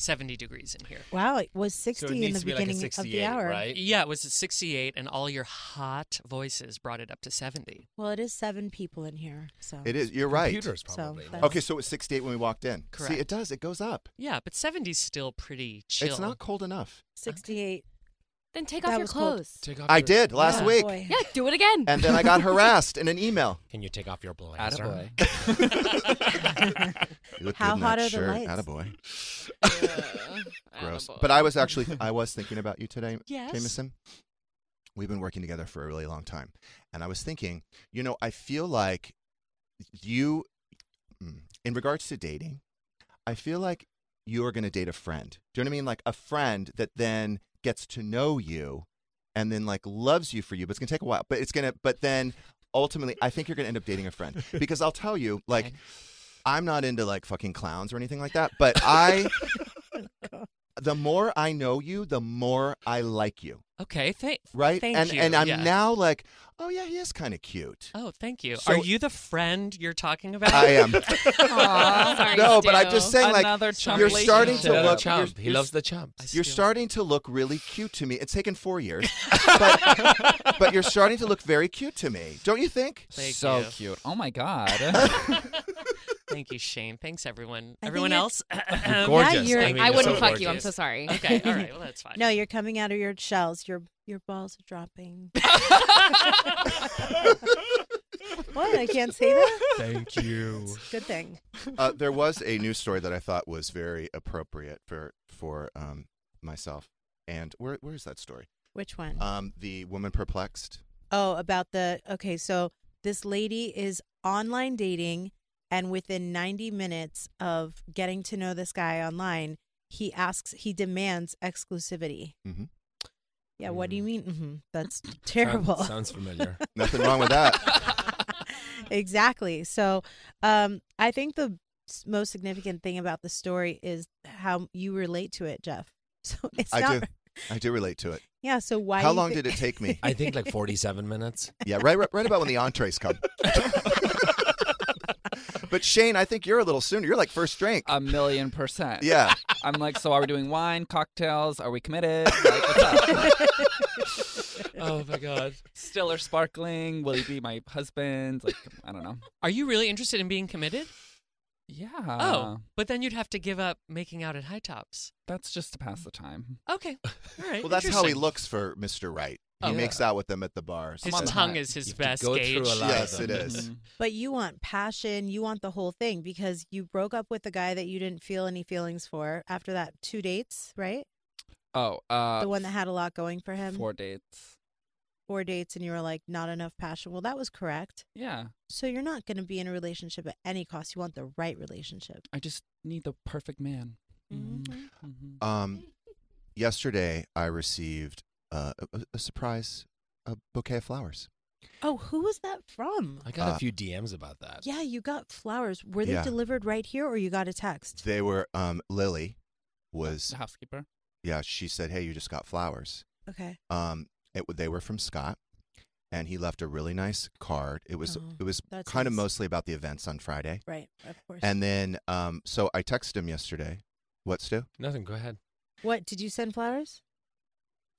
S8: 70 degrees in here.
S7: wow, it was 60
S6: So it
S7: in
S6: needs
S7: the
S6: to be like a
S7: beginning of the
S6: 68,
S7: hour.
S6: right?
S8: Yeah, it was at 68, and all your hot voices brought it up to 70.
S7: Well, it is seven people in here, so
S3: It is. You're right.
S6: Computers
S7: So,
S6: probably.
S7: that's-
S3: Okay, so it was 68 when we walked in. See,
S8: Correct.
S3: it does. It goes up.
S8: Yeah, but 70 is still pretty chill.
S3: It's not cold enough.
S7: 68.
S11: Then take
S7: That
S11: off your
S7: was cold.
S11: clothes.
S6: Take off
S3: I
S6: your-
S3: did last
S7: Oh,
S3: week,
S7: boy.
S11: Yeah, do it again.
S3: and then I got harassed in an email.
S6: Can you take off your blazer?
S5: Attaboy. (laughs)
S3: You look good
S7: How
S3: in that
S7: hot are the
S3: shirt.
S7: lights?
S3: Attaboy.
S7: (laughs)
S8: Yeah,
S3: Gross.
S8: attaboy.
S3: But I was
S8: (laughs)
S3: actually I was thinking about you today,
S8: Yes.
S3: Jameson. We've been working together for a really long time, and I was thinking, you know, I feel like you, mm, in regards to dating, I feel like you are going to date a friend. Do you know what I mean? Like a friend that then gets to know you, and then like loves you for you. But it's going to take a while. But it's going to. But then ultimately, I think you're going to end up dating a
S8: (laughs)
S3: friend because I'll tell you, like,
S8: Okay.
S3: I'm not into like fucking clowns or anything like that, but
S8: (laughs)
S3: I the more I know you, the more I like you,
S8: Okay, thank.
S3: right?
S8: Thank
S3: and
S8: you,
S3: and I'm
S8: yeah.
S3: now like, oh yeah, he is kind of cute.
S8: Oh, thank you.
S3: So-
S8: Are you the friend you're talking about?
S3: I am.
S11: Sorry,
S3: no, but
S11: Stu.
S3: I'm just saying like
S5: Another chump
S3: you're starting
S5: relationship.
S3: to
S6: Shout out
S3: look
S6: Chump.
S3: you're-
S6: He
S3: you're-
S6: loves the chump.
S8: (laughs) I
S3: You're
S8: still-
S3: starting to look really cute to me. It's taken four years, but, but you're
S5: Oh
S3: starting to look very cute to me, don't you think?
S8: Thank
S5: so
S8: you.
S5: cute. Oh my god.
S8: Thank you, Shane. Thanks, everyone.
S7: I think
S8: everyone
S7: you're-
S8: else? (laughs)
S7: Yeah, Gorgeous. you're- I mean, I you're wouldn't so fuck you. I'm gorgeous. so
S12: (laughs)
S7: sorry.
S8: Okay. All right. Well, that's fine.
S7: (laughs) No, you're coming out of your shells. Your your balls are
S11: (laughs)
S7: dropping. what? I can't say that.
S3: (laughs) Thank
S6: (laughs)
S3: you.
S7: Good thing.
S3: uh, there was a news story that I thought was very appropriate for for um, myself. And where where is that story?
S7: Which one?
S3: Um, the woman perplexed.
S7: Oh, about the okay. So this lady is online dating, and within 90 minutes of getting to know this guy online, he asks, he demands exclusivity.
S3: Mm-hmm.
S7: Yeah, what do you mean? hmm That's terrible.
S6: sounds familiar.
S3: Nothing wrong with that.
S7: (laughs) exactly. So, um, I think the s- most significant thing about the story is how you relate to it, Jeff. (laughs) So it's
S3: I
S7: not.
S3: do. I do relate to it.
S7: Yeah. So why?
S3: How
S7: do you
S3: long
S7: thi-
S3: did it take
S8: (laughs)
S3: me?
S6: I think like 47 (laughs) minutes.
S3: Yeah, right, right, right about when the entrees come. (laughs) but Shane, I think you're a little sooner. You're like first drink.
S8: Uh,
S5: A million percent.
S3: Yeah.
S5: I'm like, so are we doing wine, cocktails? Are we committed? Like, what's up?
S6: Oh my god.
S5: Still or sparkling? Will he be my husband? Like, I don't know.
S8: Are you really interested in being committed?
S5: Yeah.
S6: Uh,
S8: oh, but then you'd have to give up making out at high tops.
S5: That's just to pass the time.
S8: Okay.
S6: (laughs)
S8: All right.
S3: Well, that's how he
S8: interesting.
S3: looks for Mr. Right. He
S8: Oh.
S3: makes out with them at the bar.
S8: His
S3: so-
S8: tongue is his
S6: You have to
S8: best
S6: go through
S8: gauge.
S6: a lot of
S3: Yes, it
S6: them.
S5: Mm-hmm.
S3: is.
S7: (laughs) But you want passion. You want the whole thing because you broke up with a guy that you didn't feel any feelings for after that two dates, right?
S5: Oh, uh,
S7: the one that had a lot going for him,
S5: four dates.
S7: four dates, and you were like, not enough passion. Well, that was correct.
S5: Yeah.
S7: So you're not going to be in a relationship at any cost. You want the right relationship.
S5: I just need the perfect man.
S7: Mhm.
S5: hmm
S3: Um, yesterday, I received uh, a- a, a surprise a bouquet of flowers.
S7: Oh, who was that from?
S6: I got
S3: Uh,
S6: a few DMs about that.
S7: Yeah, you got flowers. Were they
S3: Yeah.
S7: delivered right here or you got a text?
S3: They were um, Lily was
S5: The housekeeper.
S3: yeah. She said, "Hey, you just got flowers."
S7: Okay.
S3: Um, it, w- they were from Scott, and he left a really nice card. It was
S7: Oh,
S3: it was
S7: that's
S3: kind of
S7: nice.
S3: mostly about the events on Friday.
S7: Right, of course.
S3: And then, um, so I texted him yesterday. What, Stu?
S6: Nothing. Go ahead.
S7: what, did you send flowers?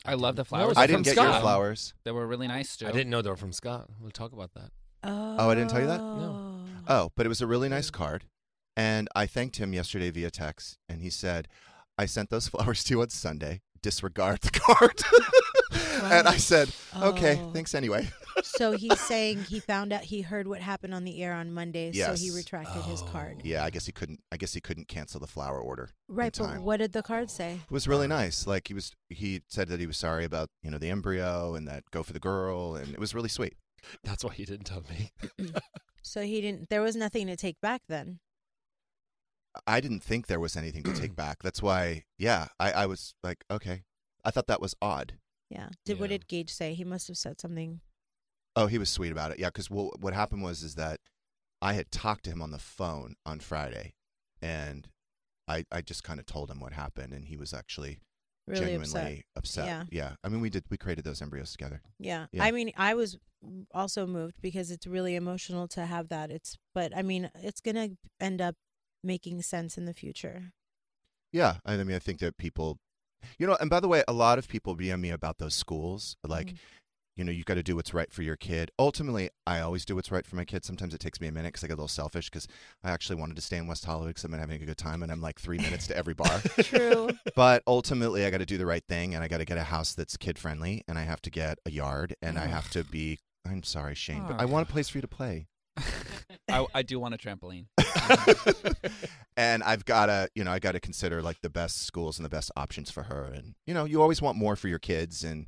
S5: I love the
S6: No,
S5: flowers.
S6: I
S5: They're
S6: didn't
S5: Oh,
S6: get
S5: from
S6: your
S5: Scotland.
S3: flowers.
S5: They were really nice, too.
S6: I didn't know they were from Scott. We'll talk about that.
S7: Oh,
S3: I didn't tell you that?
S6: No.
S3: Oh, but it was a really nice card. And I thanked him yesterday via text. And he said, I sent those (laughs) flowers to you on Sunday. Disregard the (laughs) card. and I said, okay,
S7: Oh.
S3: thanks anyway. (laughs)
S7: so he's saying he found out, he heard what happened on the air on Monday, so he
S3: Yes. Oh,
S7: retracted his card.
S3: Yeah, I guess he couldn't. I guess he couldn't cancel the flower order. in
S7: Right, but
S3: time.
S7: what did the card say?
S3: It was really nice. Like he was, he said that he was sorry about you know the embryo and that go for the girl, and it was really sweet.
S6: That's why you didn't tell me.
S7: So he didn't, there was nothing to take back then.
S3: I didn't think there was anything to take back. That's why, yeah, I, I was like, okay. I thought that was odd.
S7: Yeah. Did what
S6: Yeah.
S7: did Gage say? He must have said something.
S3: Oh, he was sweet about it. Yeah, because well, what happened was is that I had talked to him on the phone on Friday, and I I just kind of told him what happened, and he was actually
S7: Really
S3: genuinely upset.
S7: Yeah.
S3: I mean, we did we created those embryos together.
S7: Yeah.
S3: Yeah.
S7: I mean, I was also moved because it's really emotional to have that. It's, but I mean, it's going to end up making sense in the future.
S3: Yeah, I mean, I think that people, you know, and by the way, a lot of people DM me about those schools, like. You know, you got to do what's right for your kid. Ultimately, I always do what's right for my kid. Sometimes it takes me a minute because I get a little selfish because I actually wanted to stay in West Hollywood because I've been having a good time and I'm like three minutes to every bar.
S7: True.
S3: (laughs) but ultimately i got to do the right thing and i got to get a house that's kid friendly and i have to get a yard and i have to be i'm sorry shane but i want a place for you to play
S5: I, I do want a trampoline.
S3: and i've got to you know i got to consider like the best schools and the best options for her and you know you always want more for your kids and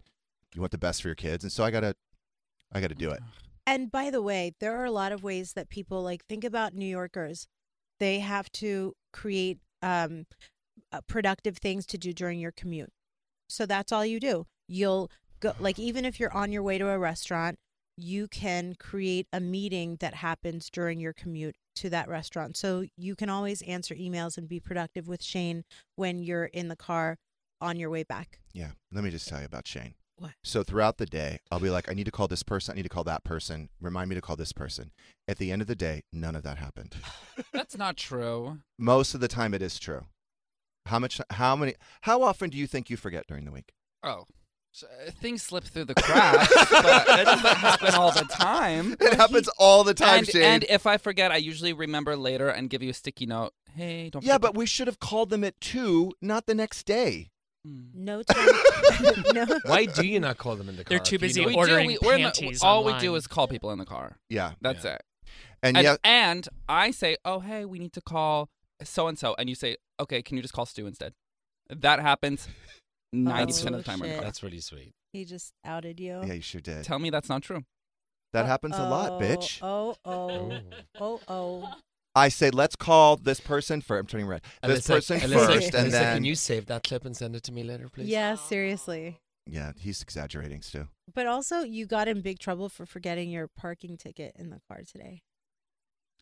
S3: you want the best for your kids and so i got to i got to do it
S7: And by the way, there are a lot of ways that people like think about New Yorkers. They have to create um, uh, productive things to do during your commute. So that's all you do. You'll go, like, even if you're on your way to a restaurant, you can create a meeting that happens during your commute to that restaurant. So you can always answer emails and be productive with Shane when you're in the car on your way back.
S3: yeah let me just tell you about shane
S7: What?
S3: so throughout the day i'll be like i need to call this person i need to call that person remind me to call this person at the end of the day none of that happened
S5: That's not true.
S3: Most of the time, it is true. How much? How many? How often do you think you forget during the week?
S5: Oh, uh, things slip through the cracks, but
S3: (laughs)
S5: it doesn't happen all the time.
S3: It happens all the time,
S5: and,
S3: Shane.
S5: and if I forget, I usually remember later and give you a sticky note. Hey, don't
S3: yeah,
S5: forget.
S3: but we should have called them at two, not the next day.
S7: No time. (laughs) no.
S6: Why do you not call them in the car?
S8: They're too
S6: if you
S8: busy
S6: know-
S5: we
S8: ordering
S5: do, we, we're in the-
S8: panties
S5: all we
S8: online.
S5: do is call people in the car.
S3: Yeah,
S5: That's it.
S3: and,
S5: And,
S3: yeah,
S5: and I say, oh, hey, we need to call so and so. And you say, okay, can you just call Stu instead? That
S3: (laughs)
S5: happens 90% of the time. We're in
S7: shit.
S5: the car.
S6: That's really sweet.
S7: (laughs) He just outed you.
S3: yeah, you sure did.
S5: Tell me that's not true.
S3: That happens a lot,
S7: Oh,
S3: bitch.
S7: Oh, oh, oh, oh.
S3: I say, let's call this person first. I'm turning red. This
S6: Alyssa-
S3: person
S6: Alyssa,
S3: first, and
S6: Alyssa,
S3: then
S6: can you save that clip and send it to me later, please?
S7: Yeah, seriously.
S3: yeah, he's exaggerating, Stu.
S7: But also, you got in big trouble for forgetting your parking ticket in the car today.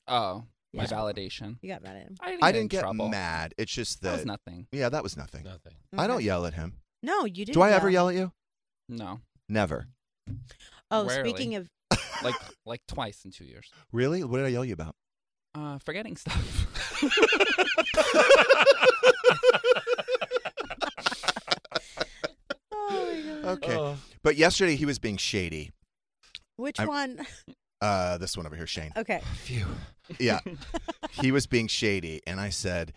S5: Oh, my
S7: Yeah.
S5: validation.
S7: You got mad at him.
S5: I didn't,
S3: I
S5: get in
S3: didn't get
S5: trouble.
S3: mad. It's just
S5: That
S3: that.
S5: was nothing.
S3: yeah, that was nothing.
S6: Nothing.
S3: I don't
S7: Okay.
S3: yell at him.
S7: No, you didn't.
S3: Do I ever yell at you?
S5: No,
S3: Never.
S7: Oh,
S5: Rarely.
S3: (laughs)
S7: speaking of,
S5: like (laughs) like twice in two years.
S3: Really? What did I yell you about?
S5: Uh, forgetting stuff.
S7: oh my (laughs) god,
S3: Okay. But yesterday he was being shady.
S7: which
S3: I'm-
S7: one?
S3: Uh, this one over here, Shane.
S7: Okay.
S6: Phew.
S7: (laughs)
S3: Yeah. he was being shady. And I said,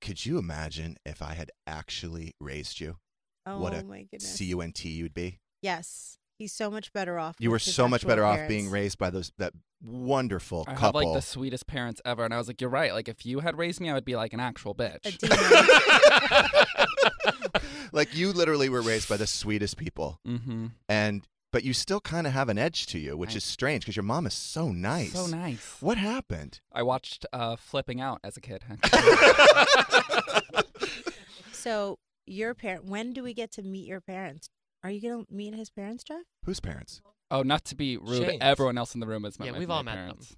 S3: Could you imagine if I had actually raised you?
S7: Oh
S3: What a
S7: my goodness.
S3: C U N T you'd be.
S7: Yes, he's so much better off.
S3: You
S7: with
S3: were
S7: his
S3: so much
S7: actual
S3: better off
S7: parents.
S3: being raised by those that wonderful
S5: (laughs) I have
S3: couple.
S5: like the sweetest parents ever, and I was like, "You're right. Like if you had raised me, I would be like an actual
S3: (laughs)
S7: A
S5: bitch."
S7: demon.
S3: like you literally were raised by the sweetest people.
S5: Mm-hmm.
S3: And but you still kind of have an edge to you, which
S5: I-
S3: is strange because your mom is so nice.
S5: So nice.
S3: What happened?
S5: I watched uh, Flipping Out as a kid.
S7: (laughs) so your parent. When do we get to meet your parents? Are you gonna meet his parents, Jeff?
S3: Whose parents?
S5: oh, not to be rude.
S6: Shades.
S5: Everyone else in the room has met.
S8: Yeah,
S5: my-
S8: we've
S5: my
S8: all met them.
S5: parents.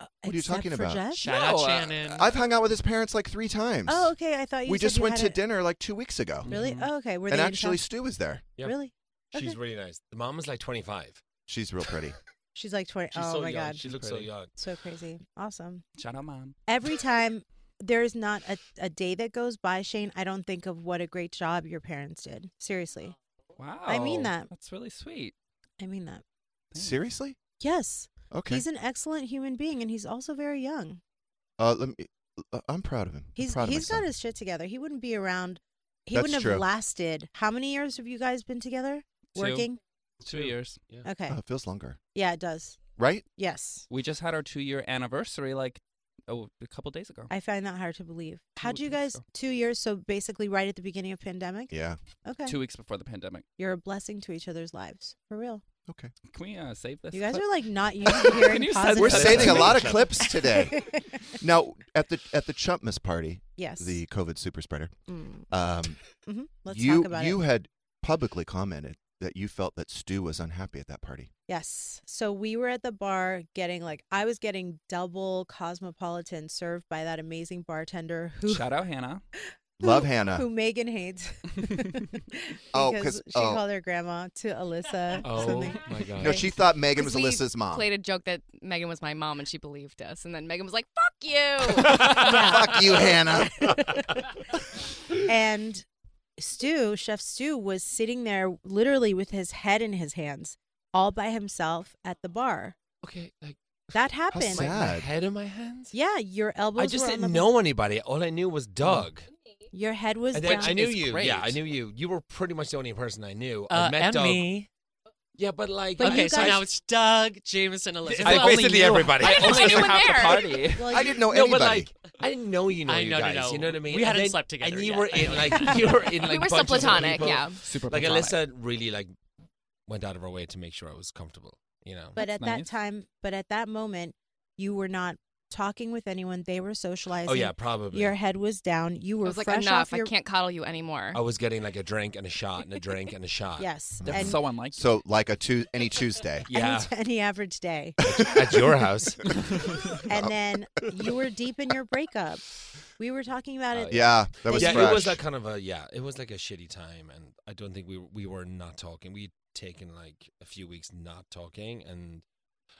S7: Uh,
S3: What are you
S7: except
S3: talking
S7: for
S3: about?
S7: Jeff?
S8: Shout out
S5: No, uh,
S8: Shannon.
S3: I've hung out with his parents like three times.
S7: Oh, okay. I thought you.
S3: we
S7: said
S3: just
S7: you
S3: went
S7: had
S3: to
S7: a-
S3: dinner like two weeks ago,
S7: Really?
S5: Mhm.
S7: Oh, okay. Were
S3: and
S7: they
S3: actually
S7: in town?
S3: Stu was there.
S6: Mm-hmm. Yep.
S7: really?
S6: She's
S7: Okay.
S6: really nice. The mom is like 25.
S3: She's real pretty.
S7: She's like twenty.
S6: She's
S7: oh
S6: so
S7: my
S6: young.
S7: god,
S6: She looks so
S5: Pretty.
S6: young.
S7: so crazy, awesome.
S5: Shout out, mom.
S3: (laughs)
S7: Every time there is not a, a day that goes by, Shane, I don't think of what a great job your parents did. Seriously,
S5: Wow.
S7: mean that.
S5: That's really sweet.
S7: I mean that.
S5: Thanks.
S3: Seriously?
S7: Yes,
S3: Okay.
S7: he's an excellent human being, and he's also very young.
S3: uh, let me. uh, I'm proud of him. I'm
S7: He's
S3: proud of
S7: he's
S3: my
S7: got
S3: son.
S7: his shit together. He wouldn't be around. He
S3: That's
S7: wouldn't
S3: true.
S7: have lasted. How many years have you guys been together?
S5: Two.
S7: Working.
S5: Two years.
S7: Okay.
S3: Oh, it feels longer,
S7: yeah, it does.
S3: right?
S7: Yes,
S5: We just had our two-year anniversary like oh, a couple days ago.
S7: I find that hard to believe.
S5: Two
S7: How'd you
S5: years
S7: guys?
S5: ago.
S7: Two years. So basically, right at the beginning of pandemic.
S3: Yeah.
S7: Okay.
S5: Two weeks before the pandemic.
S7: You're a blessing to each other's lives, for real.
S3: Okay.
S5: Can we uh, save this?
S7: You guys
S5: clip?
S7: are like not used to hearing
S5: Can you send
S7: positive.
S3: We're
S5: that
S3: saving a
S5: to
S3: lot
S5: me.
S3: of clips (laughs)
S7: (laughs)
S3: today. now, at the at the Chumpmas party,
S7: yes.
S3: the COVID super spreader,
S7: Mm.
S3: um,
S7: Mhm. Let's
S3: you
S7: talk about
S3: you
S7: it.
S3: had publicly commented that you felt that Stu was unhappy at that party.
S7: Yes. So we were at the bar getting like I was getting double cosmopolitan served by that amazing bartender (laughs) who
S5: Shout out, Hannah.
S3: Love
S7: who-
S3: Hannah.
S7: who Megan hates. (laughs)
S3: Oh,
S7: because
S3: 'cause-
S7: she
S3: oh.
S7: called her grandma to Alyssa.
S6: Oh
S7: something.
S6: my god.
S3: no, she thought Megan was
S11: 'Cause we
S3: Alyssa's mom.
S11: Played a joke that Megan was my mom and she believed us, and then Megan was like, "Fuck you."
S3: (laughs) Fuck you,
S7: (laughs)
S3: Hannah.
S7: and Stu, Chef Stu, was sitting there literally with his head in his hands, all by himself at the bar.
S6: okay, like
S7: That happened.
S6: my, my
S3: Sad.
S6: head in my hands.
S7: Yeah, your elbows.
S6: I just
S7: were on
S6: didn't
S7: the
S6: know anybody. All I knew was Doug.
S7: Your head was
S6: And then
S7: down.
S6: I knew
S5: is
S6: you.
S5: great.
S6: Yeah, I knew you. You were pretty much the only person I knew.
S8: Uh,
S6: I met
S8: and
S6: Doug.
S8: me.
S6: Yeah, but like,
S7: But
S8: okay,
S7: you
S8: so
S7: guys-
S8: now it's Doug, Jameson, Elizabeth.
S6: I
S8: Well, only
S6: basically
S8: you.
S6: everybody.
S5: I
S11: I
S5: only
S11: knew
S5: knew
S11: you were
S5: half the
S11: there.
S5: party.
S7: Well,
S3: I
S7: you-
S3: didn't know
S6: no,
S3: anybody.
S6: but like, I didn't know you know
S8: I
S6: you
S8: know, no,
S6: guys.
S8: no.
S6: You know what I mean?
S8: We
S6: And
S8: hadn't
S6: then-
S8: slept together
S6: And you
S8: yet.
S6: were
S8: I
S6: in
S8: know
S6: like (laughs)
S8: that.
S6: you were (laughs)
S13: (laughs)
S6: in like
S11: we were still
S6: bunches of
S11: platonic,
S6: people.
S11: yeah.
S5: Super
S6: Like
S5: platonic.
S6: Alyssa really like went out of her way to make sure I was comfortable. You know.
S7: but at
S5: That's nice.
S7: that time, but at that moment, you were not talking with anyone. They were socializing.
S6: oh yeah, probably.
S7: Your head was down.
S11: I
S7: You were
S11: was like,
S7: fresh
S11: "Enough!
S7: off your
S11: I can't coddle you anymore."
S6: I was getting like a drink and a shot and a drink
S7: (laughs)
S6: and a shot.
S7: yes.
S5: That's
S7: and
S5: so unlike you.
S3: so, like a tu- any Tuesday.
S7: any-
S6: (laughs) Yeah.
S7: any, average day,
S6: (laughs) At your house. (laughs)
S7: (laughs)
S3: Uh,
S7: and then you were deep in your breakup. We were talking about
S6: Uh,
S7: it.
S3: Yeah, that was
S6: yeah,
S3: fresh.
S6: it was like kind of a yeah, it was like a shitty time, and I don't think we were- we were not talking. We'd taken like a few weeks not talking, and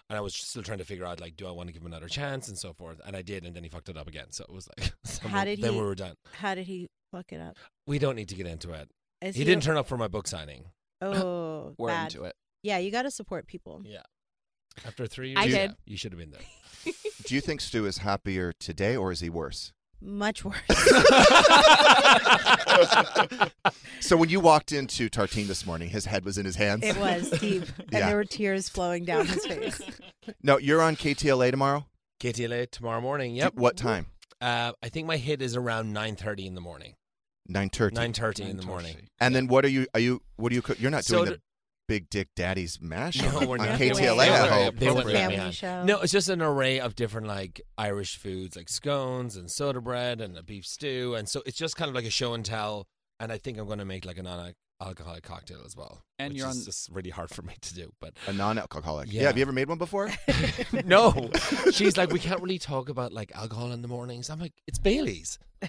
S6: and I was still trying to figure out like, do I want to give him another chance and so forth, and I did, and then he fucked it up again. So it was like, (laughs) so
S7: How
S6: we-
S7: did
S6: then
S7: he-
S6: we were done.
S7: How did he fuck it up?
S6: We don't need to get into it.
S7: Is
S6: he didn't turn up for my book signing.
S3: (laughs)
S7: Oh,
S5: We're
S7: bad.
S5: into it.
S7: Yeah, you got to support people.
S6: Yeah. After three years,
S7: I
S6: you-
S7: did.
S6: You should have been there.
S3: Do you think Stu is happier today or is he worse?
S7: Much worse.
S3: (laughs) So when you walked into Tartine this morning, his head was in his hands.
S7: it was
S3: (laughs)
S7: deep, and
S3: Yeah.
S7: there were tears flowing down
S3: (laughs)
S7: his face.
S3: No, you're on KTLA tomorrow.
S6: KTLA tomorrow morning. Yep.
S3: What time?
S6: Uh, I think my hit is around nine thirty in the morning.
S3: Nine thirty.
S6: Nine thirty in the morning.
S3: And then what are you? Are you? What are you? cook- You're not
S6: So
S3: doing
S6: the-
S3: the Big Dick Daddy's mash
S6: No,
S3: on,
S6: we're
S3: on
S6: not.
S3: KTLA.
S6: They
S3: I
S6: wouldn't-
S3: hope.
S6: they wouldn't let me
S7: Family
S6: on.
S7: show.
S6: No, it's just an array of different like Irish foods, like scones and soda bread and a beef stew, and so it's just kind of like a show and tell. And I think I'm going to make like a non-alcoholic cocktail as well.
S5: And
S6: which
S5: you're
S6: is
S5: on-
S6: just really hard for me to do, but
S3: A non-alcoholic. Yeah.
S6: Yeah.
S3: Have you ever made one before?
S6: (laughs) no. (laughs) She's like, we can't really talk about like alcohol in the mornings. I'm like, it's
S7: (laughs)
S6: Bailey's. (laughs) Do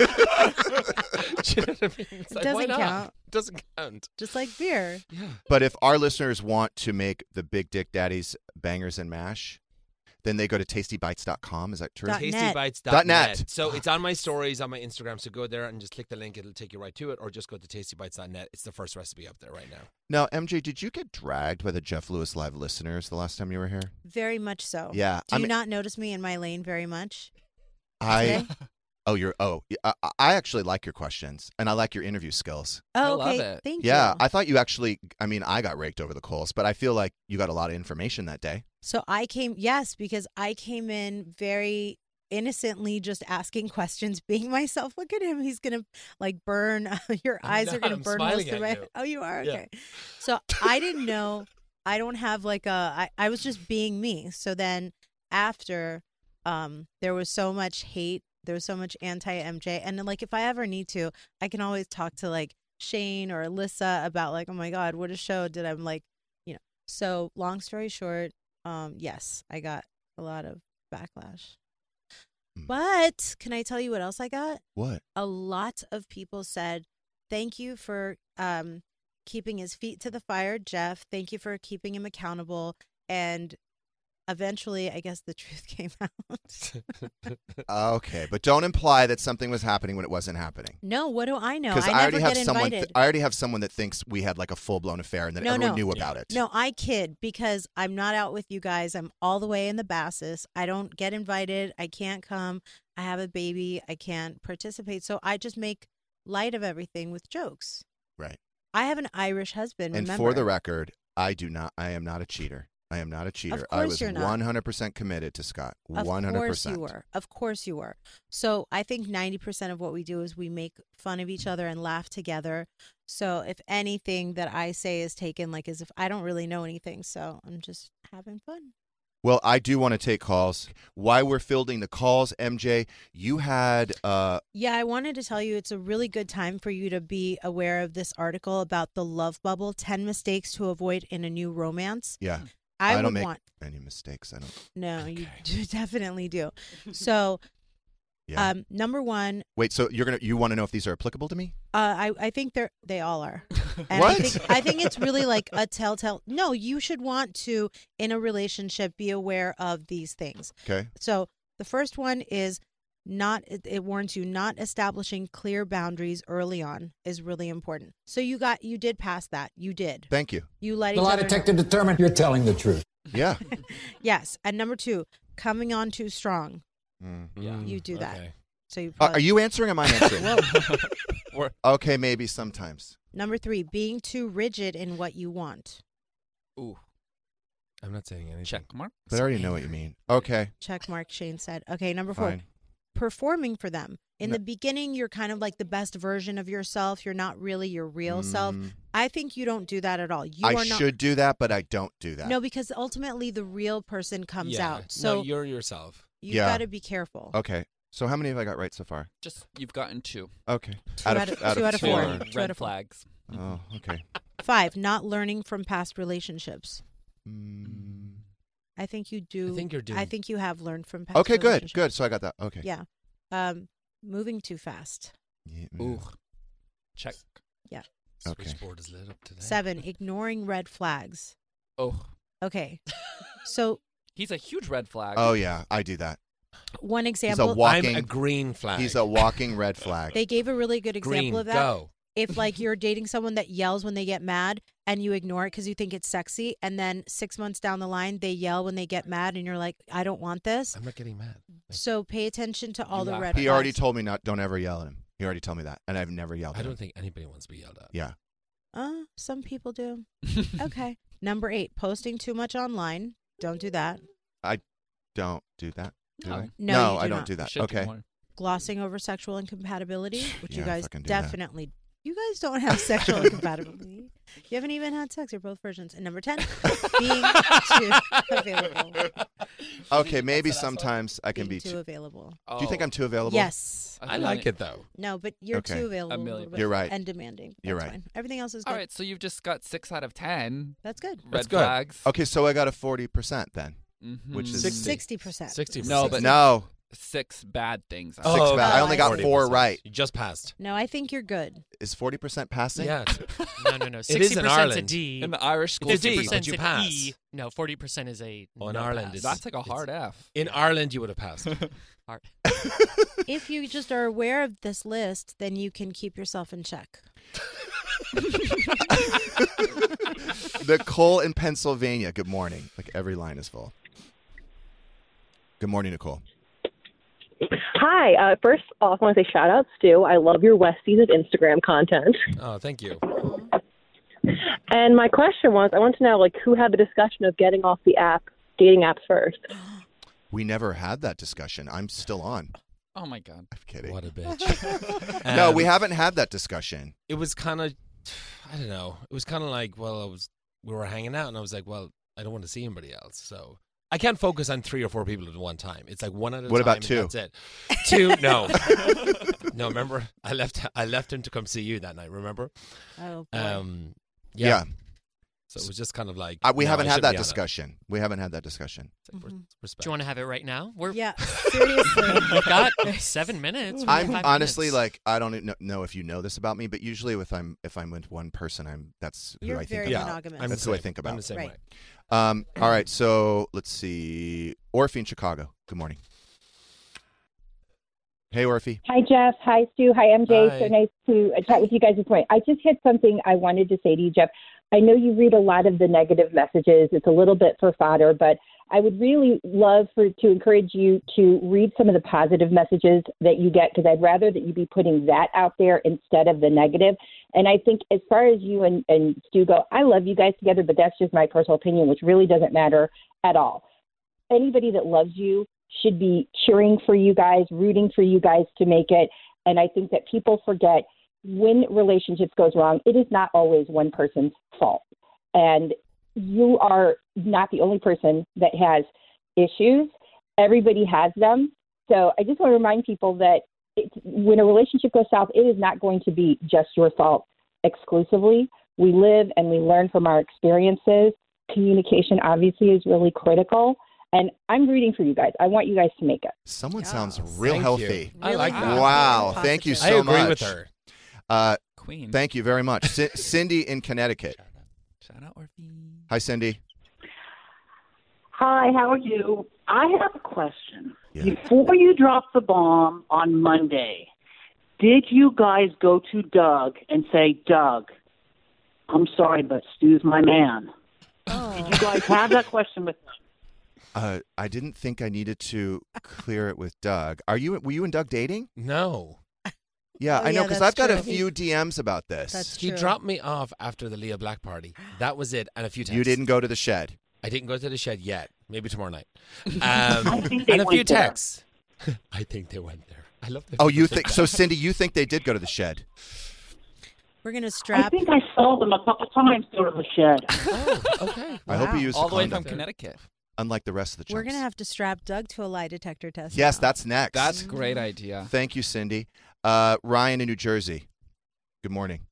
S6: you know what I mean? It's like,
S7: Doesn't
S6: why not?
S7: count.
S6: Doesn't count.
S7: Just like beer.
S3: But if our listeners want to make the Big Dick Daddy's bangers and mash, then they go to tastybites.com. Is that true?
S7: Dot net.
S6: Tastybites.net.
S3: Dot net.
S6: So it's on my stories on my Instagram. So go there and just click the link. It'll take you right to it, or just go to tastybites.net. It's the first recipe up there right now.
S3: Now, MJ, did you get dragged by the Jeff Lewis Live listeners the last time you were here?
S7: Very much so.
S3: Yeah,
S7: Oh, Do
S3: I
S7: you
S3: mean-
S7: not notice me in my lane very much?
S3: I. (laughs)
S7: Today?
S3: Oh, you're. Oh, I, I actually like your questions and I like your interview skills.
S5: I
S7: Oh,
S5: love
S7: okay.
S5: it.
S7: Thank you.
S3: yeah, I thought you actually. I mean, I got raked over the coals, but I feel like you got a lot of information that day.
S7: So I came, yes, because I came in very innocently just asking questions, being (laughs) myself. Look at him. He's going to like burn. (laughs) Your
S6: I'm
S7: eyes
S6: not.
S7: are going
S6: I'm
S7: to burn most
S6: smiling
S7: of
S6: at
S7: my.
S6: you.
S7: Oh, you are?
S6: Yeah.
S7: Okay. So I didn't know. I don't have like a, I, I was just being me. So then after, um, there was so much hate. There was so much anti MJ. And then, like, if I ever need to, I can always talk to like Shane or Alyssa about like, oh my God, what a show did I'm like, you know. So long story short, um, yes, I got a lot of backlash.
S3: Hmm.
S7: But can I tell you what else I got?
S3: What?
S7: A lot of people said, thank you for um, keeping his feet to the fire, Jeff. Thank you for keeping him accountable. And eventually, I guess the (laughs) truth came
S3: (laughs)
S7: out.
S3: Okay, but don't imply that something was happening when it wasn't happening.
S7: no, what do I know?
S3: Because
S7: I,
S3: I, already
S7: never
S3: have
S7: get
S3: someone.
S7: invited.
S3: I already have someone that thinks we had like a full blown affair and that
S7: No,
S3: everyone
S7: no.
S3: knew about it.
S7: No, I kid because I'm not out with you guys. I'm all the way in the Basses. I don't get invited. I can't come. I have a baby. I can't participate. So I just make light of everything with jokes.
S3: Right.
S7: I have an Irish husband.
S3: And
S7: remember.
S3: for the record, I do not. I am not a cheater. I am not a cheater. I
S7: course
S3: was
S7: you're not.
S3: 100% committed to Scott.
S7: Of
S3: 100%.
S7: course you were. Of course you were. So I think 90% of what we do is we make fun of each other and laugh together. So if anything that I say is taken like as if I don't really know anything, so I'm just having fun.
S3: Well, I do want to take calls. Why we're fielding the calls, MJ? You had uh,
S7: Yeah, I wanted to tell you it's a really good time for you to be aware of this article about the love bubble 10 mistakes to avoid in a new romance.
S3: yeah.
S7: I,
S3: don't
S7: would
S3: make
S7: want.
S3: any mistakes. I don't.
S7: No, you (laughs) definitely do.
S3: (laughs)
S7: So,
S3: Yeah.
S7: um, number one,
S3: Wait. So you're gonna you want to know if these are applicable to me?
S7: Uh, I I think they're they all are. And I
S3: What?
S7: think, I think it's really like a telltale. No, you should want to in a relationship be aware of these things.
S3: Okay.
S7: So the first one is not it, it warns you not establishing clear boundaries early on is really important. So you got you did pass that. You did.
S3: Thank you.
S7: You let
S10: The
S7: each
S10: lie
S7: other know.
S10: detector determined you're telling the truth.
S7: (laughs)
S3: Yeah.
S7: Yes. And number 2, coming on too strong.
S3: Mm.
S7: You do that. So you
S3: Uh,
S7: probably,
S3: are you answering?
S7: (laughs)
S3: Or am I answering?
S6: We're-
S3: okay, maybe sometimes.
S7: Number 3, being too rigid in what you want.
S5: Ooh,
S6: I'm not saying anything.
S5: check mark.
S3: But I already know what you mean. Okay.
S7: Check mark, Shane said. Okay, number four,
S3: Fine.
S7: performing for them. In
S3: No.
S7: the beginning, you're kind of like the best version of yourself. You're not really your real self. I think you don't do that at all. You
S3: Mm. I
S7: are not.
S3: should do that, but I don't do that.
S7: No, because ultimately the real person comes
S6: Yeah.
S7: out. So
S6: no,
S7: you
S6: you're yourself.
S7: have
S3: Yeah.
S7: got to be careful.
S3: Okay. So how many have I got right so far?
S5: Just you've gotten two.
S3: Okay.
S7: Two out of- two out of
S5: Two
S7: four.
S5: red
S7: Two out of four.
S5: flags.
S3: Oh, okay.
S7: Five, not learning from past relationships.
S3: Mm.
S7: I think you do.
S6: think you're
S7: I
S6: doing-
S7: think you have learned from past.
S3: Okay, good,
S7: relationships.
S3: good. So I got that. Okay.
S7: Yeah. Um, moving too fast.
S3: Yeah, mm.
S5: Ooh, check.
S3: Okay.
S6: Switchboard is lit up today.
S7: Seven, ignoring red flags.
S5: Oh,
S6: (laughs)
S7: Okay. So
S5: he's a huge red flag.
S3: Oh yeah, I do that.
S7: one
S3: He's
S7: example.
S3: a walking.
S6: I'm a green flag.
S3: He's a walking red flag.
S7: They gave a really good example
S6: green.
S7: of that.
S6: Go.
S3: (laughs)
S7: if like you're dating someone that yells when they get mad and you ignore it because you think it's sexy, and then six months down the line they yell when they get mad, and you're like, I don't want this.
S6: I'm not getting mad.
S7: So pay attention to all the red.
S3: He already
S7: flags.
S3: told me not. Don't ever yell at him. He already told me that, and I've never yelled.
S6: I
S3: at him.
S6: don't think anybody wants to be yelled at.
S3: Yeah.
S7: Uh, some people
S3: (laughs)
S7: do. okay. Number eight, posting too much online. Don't do that.
S3: I don't do that. Do
S7: No.
S3: I?
S7: No, you
S3: I
S7: do
S3: don't
S7: not.
S3: do that. okay.
S7: Glossing over sexual incompatibility, which
S3: Yeah,
S7: you guys
S3: fucking do that.
S7: definitely. You guys don't have sexual
S3: (laughs)
S7: incompatibility. You haven't even had sex. You're both virgins. And number ten,
S3: (laughs)
S7: being too available.
S3: Okay, maybe sometimes I can
S7: Being
S3: be
S7: too,
S3: too.
S7: available.
S5: Oh.
S3: Do you think I'm too available?
S7: Yes.
S6: I like it though.
S7: No, but you're
S3: Okay.
S7: too
S3: A
S7: available. little
S5: million
S7: bit
S3: You're right.
S7: And demanding.
S3: You're
S7: That's
S3: right.
S7: fine. Everything else is good.
S5: All right, so you've just got six out of ten
S7: That's good.
S5: red
S3: That's good.
S5: flags.
S3: Okay, so I got a forty percent then, which is
S5: Mhm.
S7: Sixty percent.
S6: 60%.
S5: No, but
S3: no
S5: six bad things.
S3: six.
S6: Oh,
S3: bad. I
S7: okay.
S3: only got four
S6: 40%.
S3: right.
S6: You just passed.
S7: No, I think
S3: (laughs)
S7: you're good.
S3: Is forty percent passing?
S6: Yeah.
S8: No, no, no.
S6: It is
S8: Sixty
S6: in
S8: percent is a
S6: Ireland.
S8: D.
S5: In the Irish school,
S6: It's a D,
S5: system,
S6: but
S8: 40%
S6: you
S8: is an
S6: pass.
S8: E. No, forty percent is a.
S6: Oh, in
S8: no
S6: Ireland,
S8: pass.
S6: it's-
S5: that's like a hard F.
S3: (laughs)
S6: In Ireland, you would have passed.
S8: Hard.
S7: if you just are aware of this list, then you can keep yourself in check.
S3: Nicole in Pennsylvania. Good morning. Like every line is full. Good morning, Nicole.
S14: Hi. Uh, first off, I want to say shout out, Stu. I love your Westies of Instagram content.
S6: oh, thank you.
S14: And my question was, I want to know, like, who had the discussion of getting off the app, dating apps first?
S3: We never had that discussion. I'm still on.
S5: Oh my god.
S3: I'm kidding.
S6: What a bitch.
S3: (laughs) no,
S6: Um,
S3: we haven't had that discussion.
S6: It was kind of, I don't know. It was kind of like, well, I was, we were hanging out, and I was like, well, I don't want to see anybody else, so I can't focus on three or four people at one time. It's like one at a
S3: What
S6: time.
S3: about
S6: and
S3: two?
S6: That's it. Two?
S3: (laughs)
S6: No. no. Remember, I left. I left him to come see you that night. Remember?
S7: Oh, boy.
S6: Um. Yeah.
S3: Yeah,
S6: So it was just kind of like
S3: I- Uh, we
S6: no,
S3: haven't
S6: I
S3: had
S6: shouldn't
S3: that
S6: be on it.
S3: discussion. We haven't had that discussion.
S6: It's like,
S7: Mhm.
S6: respect.
S8: Do you want to have it right now? We're
S7: yeah,
S3: (laughs)
S7: seriously.
S8: we've got seven minutes. We've got
S3: I'm
S8: five
S3: honestly
S8: minutes.
S3: like I don't know, know if you know this about me, but usually with I'm if I'm with one person, I'm that's who
S7: You're
S3: I think
S7: very
S3: about.
S7: monogamous.
S6: I'm the
S3: That's who I
S6: same.
S3: think
S6: I'm the
S3: about.
S6: same
S7: Right.
S6: way.
S3: Um, all right, so let's see. Orphe in Chicago. Good morning. Hey, Orphe.
S12: Hi, Jeff. Hi, Stu. Hi, MJ.
S6: Hi.
S12: So nice to uh, chat with you guys this morning. I just had something I wanted to say to you, Jeff. I know you read a lot of the negative messages. It's a little bit for fodder, but I would really love for to encourage you to read some of the positive messages that you get because I'd rather that you be putting that out there instead of the negative. And I think as far as you and, and Stu go, I love you guys together, but that's just my personal opinion, which really doesn't matter at all anybody that loves you should be cheering for you guys, rooting for you guys to make it. And I think that people forget when relationships goes wrong, it is not always one person's fault. And you are not the only person that has issues. Everybody has them. So I just want to remind people that it's, when a relationship goes south, it is not going to be just your fault exclusively. We live and we learn from our experiences. Communication obviously is really critical. And I'm rooting for you guys. I want you guys to make it.
S3: Someone
S7: Yeah.
S3: sounds real
S6: Thank you.
S3: healthy.
S6: I like
S7: Really
S6: that.
S3: Wow,
S7: Positive.
S3: thank you
S6: I
S3: so
S6: agree
S3: much.
S6: with her.
S3: Uh,
S5: Queen.
S3: thank you very much, C- Cindy in Connecticut.
S5: Shout out Orphe.
S3: Hi, Cindy.
S15: Hi, how are you? I have a question.
S3: Yeah.
S15: Before you drop the bomb on Monday, did you guys go to Doug and say, Doug, I'm sorry, but Stu's my man? Did you guys have that question with them?
S3: Uh, I didn't think I needed to clear it with Doug. Are you? Were you and Doug dating?
S6: No.
S3: Yeah,
S7: Oh,
S3: I know
S7: yeah,
S3: because
S7: that's
S3: I've got a
S7: true.
S3: few DMs about this.
S7: That's
S6: He
S7: true.
S6: dropped me off after the Leah Black party. That was it, and a few texts.
S3: You didn't go to the shed.
S6: I didn't go to the shed yet. Maybe tomorrow night. Um,
S15: think they
S6: and a few
S15: went there.
S6: texts. (laughs) I think they went there. I love that.
S3: Oh,
S6: people
S3: you think
S6: that.
S3: so, Cindy? You think they did go to the shed?
S7: We're gonna
S15: I
S7: strap.
S15: think I saw them a couple times go to the shed.
S6: (laughs) Oh, okay.
S3: I hope
S7: Wow.
S3: you used
S5: All
S3: the
S5: the way
S3: condom.
S5: from Connecticut.
S3: Unlike the rest of the chumps.
S7: We're gonna have to strap Doug to a lie detector test.
S3: Yes,
S7: now. Mm.
S3: that's next.
S5: That's a great idea.
S3: Thank you, Cindy. Uh, Ryan in New Jersey. Good morning.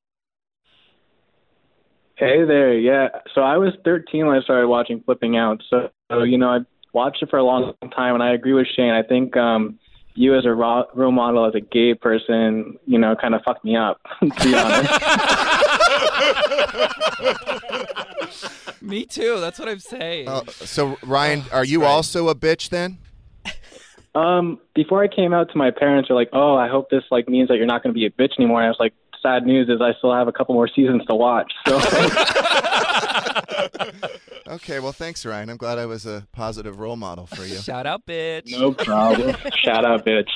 S16: Hey there, yeah. So I was 13 when I started watching Flipping Out. So, so, you know, I watched it for a long time, and I agree with Shane. I think um, you, as a ro- role model, as a gay person, you know, kind of fucked me up. to be honest.
S5: (laughs) Me too. That's what I'm saying.
S3: Uh, so, Ryan, are you also a bitch then?
S16: um, before I came out to my parents, they're like, "Oh, I hope this like means that you're not going to be a bitch anymore." And I was like, sad news is I still have a couple more seasons to watch. So
S3: Okay, well, thanks, Ryan. I'm glad I was a positive role model for
S7: (laughs)
S3: you.
S5: Shout out, bitch.
S16: no problem. Shout out, bitch.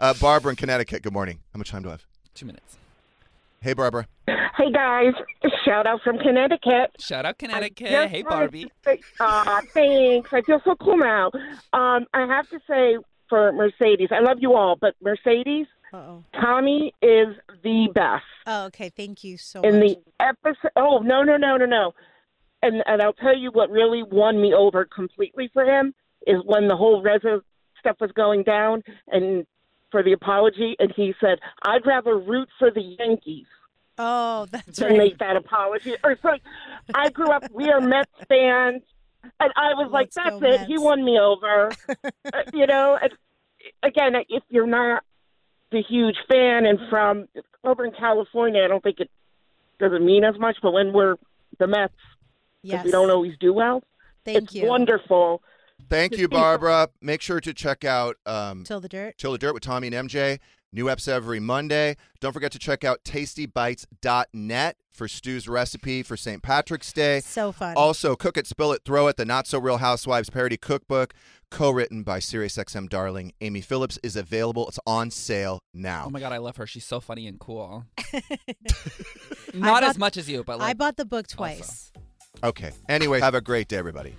S3: Uh, Barbara in Connecticut. Good morning. How much time do I have?
S5: Two minutes.
S3: Hey, Barbara.
S13: Hey guys, shout out from Connecticut.
S5: Shout out Connecticut.
S13: I just
S5: Hey,
S13: wanted
S5: Barbie.
S13: to say- Aw, thanks. I feel so cool now. Um, I have to say for Mercedes, I love you all, but Mercedes,
S7: Uh-oh.
S13: Tommy is the best.
S7: Oh, okay. Thank you so
S13: in
S7: much.
S13: the episode. Oh no no no no no, and and I'll tell you what really won me over completely for him is when the whole Reza stuff was going down and for the apology, and he said, "I'd rather root for the Yankees."
S7: Oh, that's
S13: than
S7: right.
S13: make that apology. Or sorry, I grew up. We are Mets fans, and I was like,
S7: Let's go
S13: "That's it. He
S7: Mets."
S13: won me over." Uh, you know, and again, if you're not the huge fan and from over in California, I don't think it doesn't mean as much. But when we're the Mets, 'cause
S7: Yes.
S13: we don't always do well.
S7: Thank
S13: it's
S7: you.
S13: Wonderful.
S3: Thank
S7: (laughs)
S13: to
S3: you,
S13: see someone-
S3: Barbara. Make sure to check out um,
S7: Till the dirt.
S3: Till the Dirt with Tommy and MJ. New eps every Monday. Don't forget to check out tastybites.net for Stu's recipe for St. Patrick's Day.
S7: So fun.
S3: Also, Cook It, Spill It, Throw It, the Not So Real Housewives parody cookbook, co written by SiriusXM darling Amy Phillips, is available. It's on sale now.
S5: Oh my god, I love her. She's so funny and
S13: (laughs)
S5: cool. Not as
S7: bought-
S5: much as you, but like
S7: I bought the book twice.
S3: Okay. Anyway, have a great day, everybody.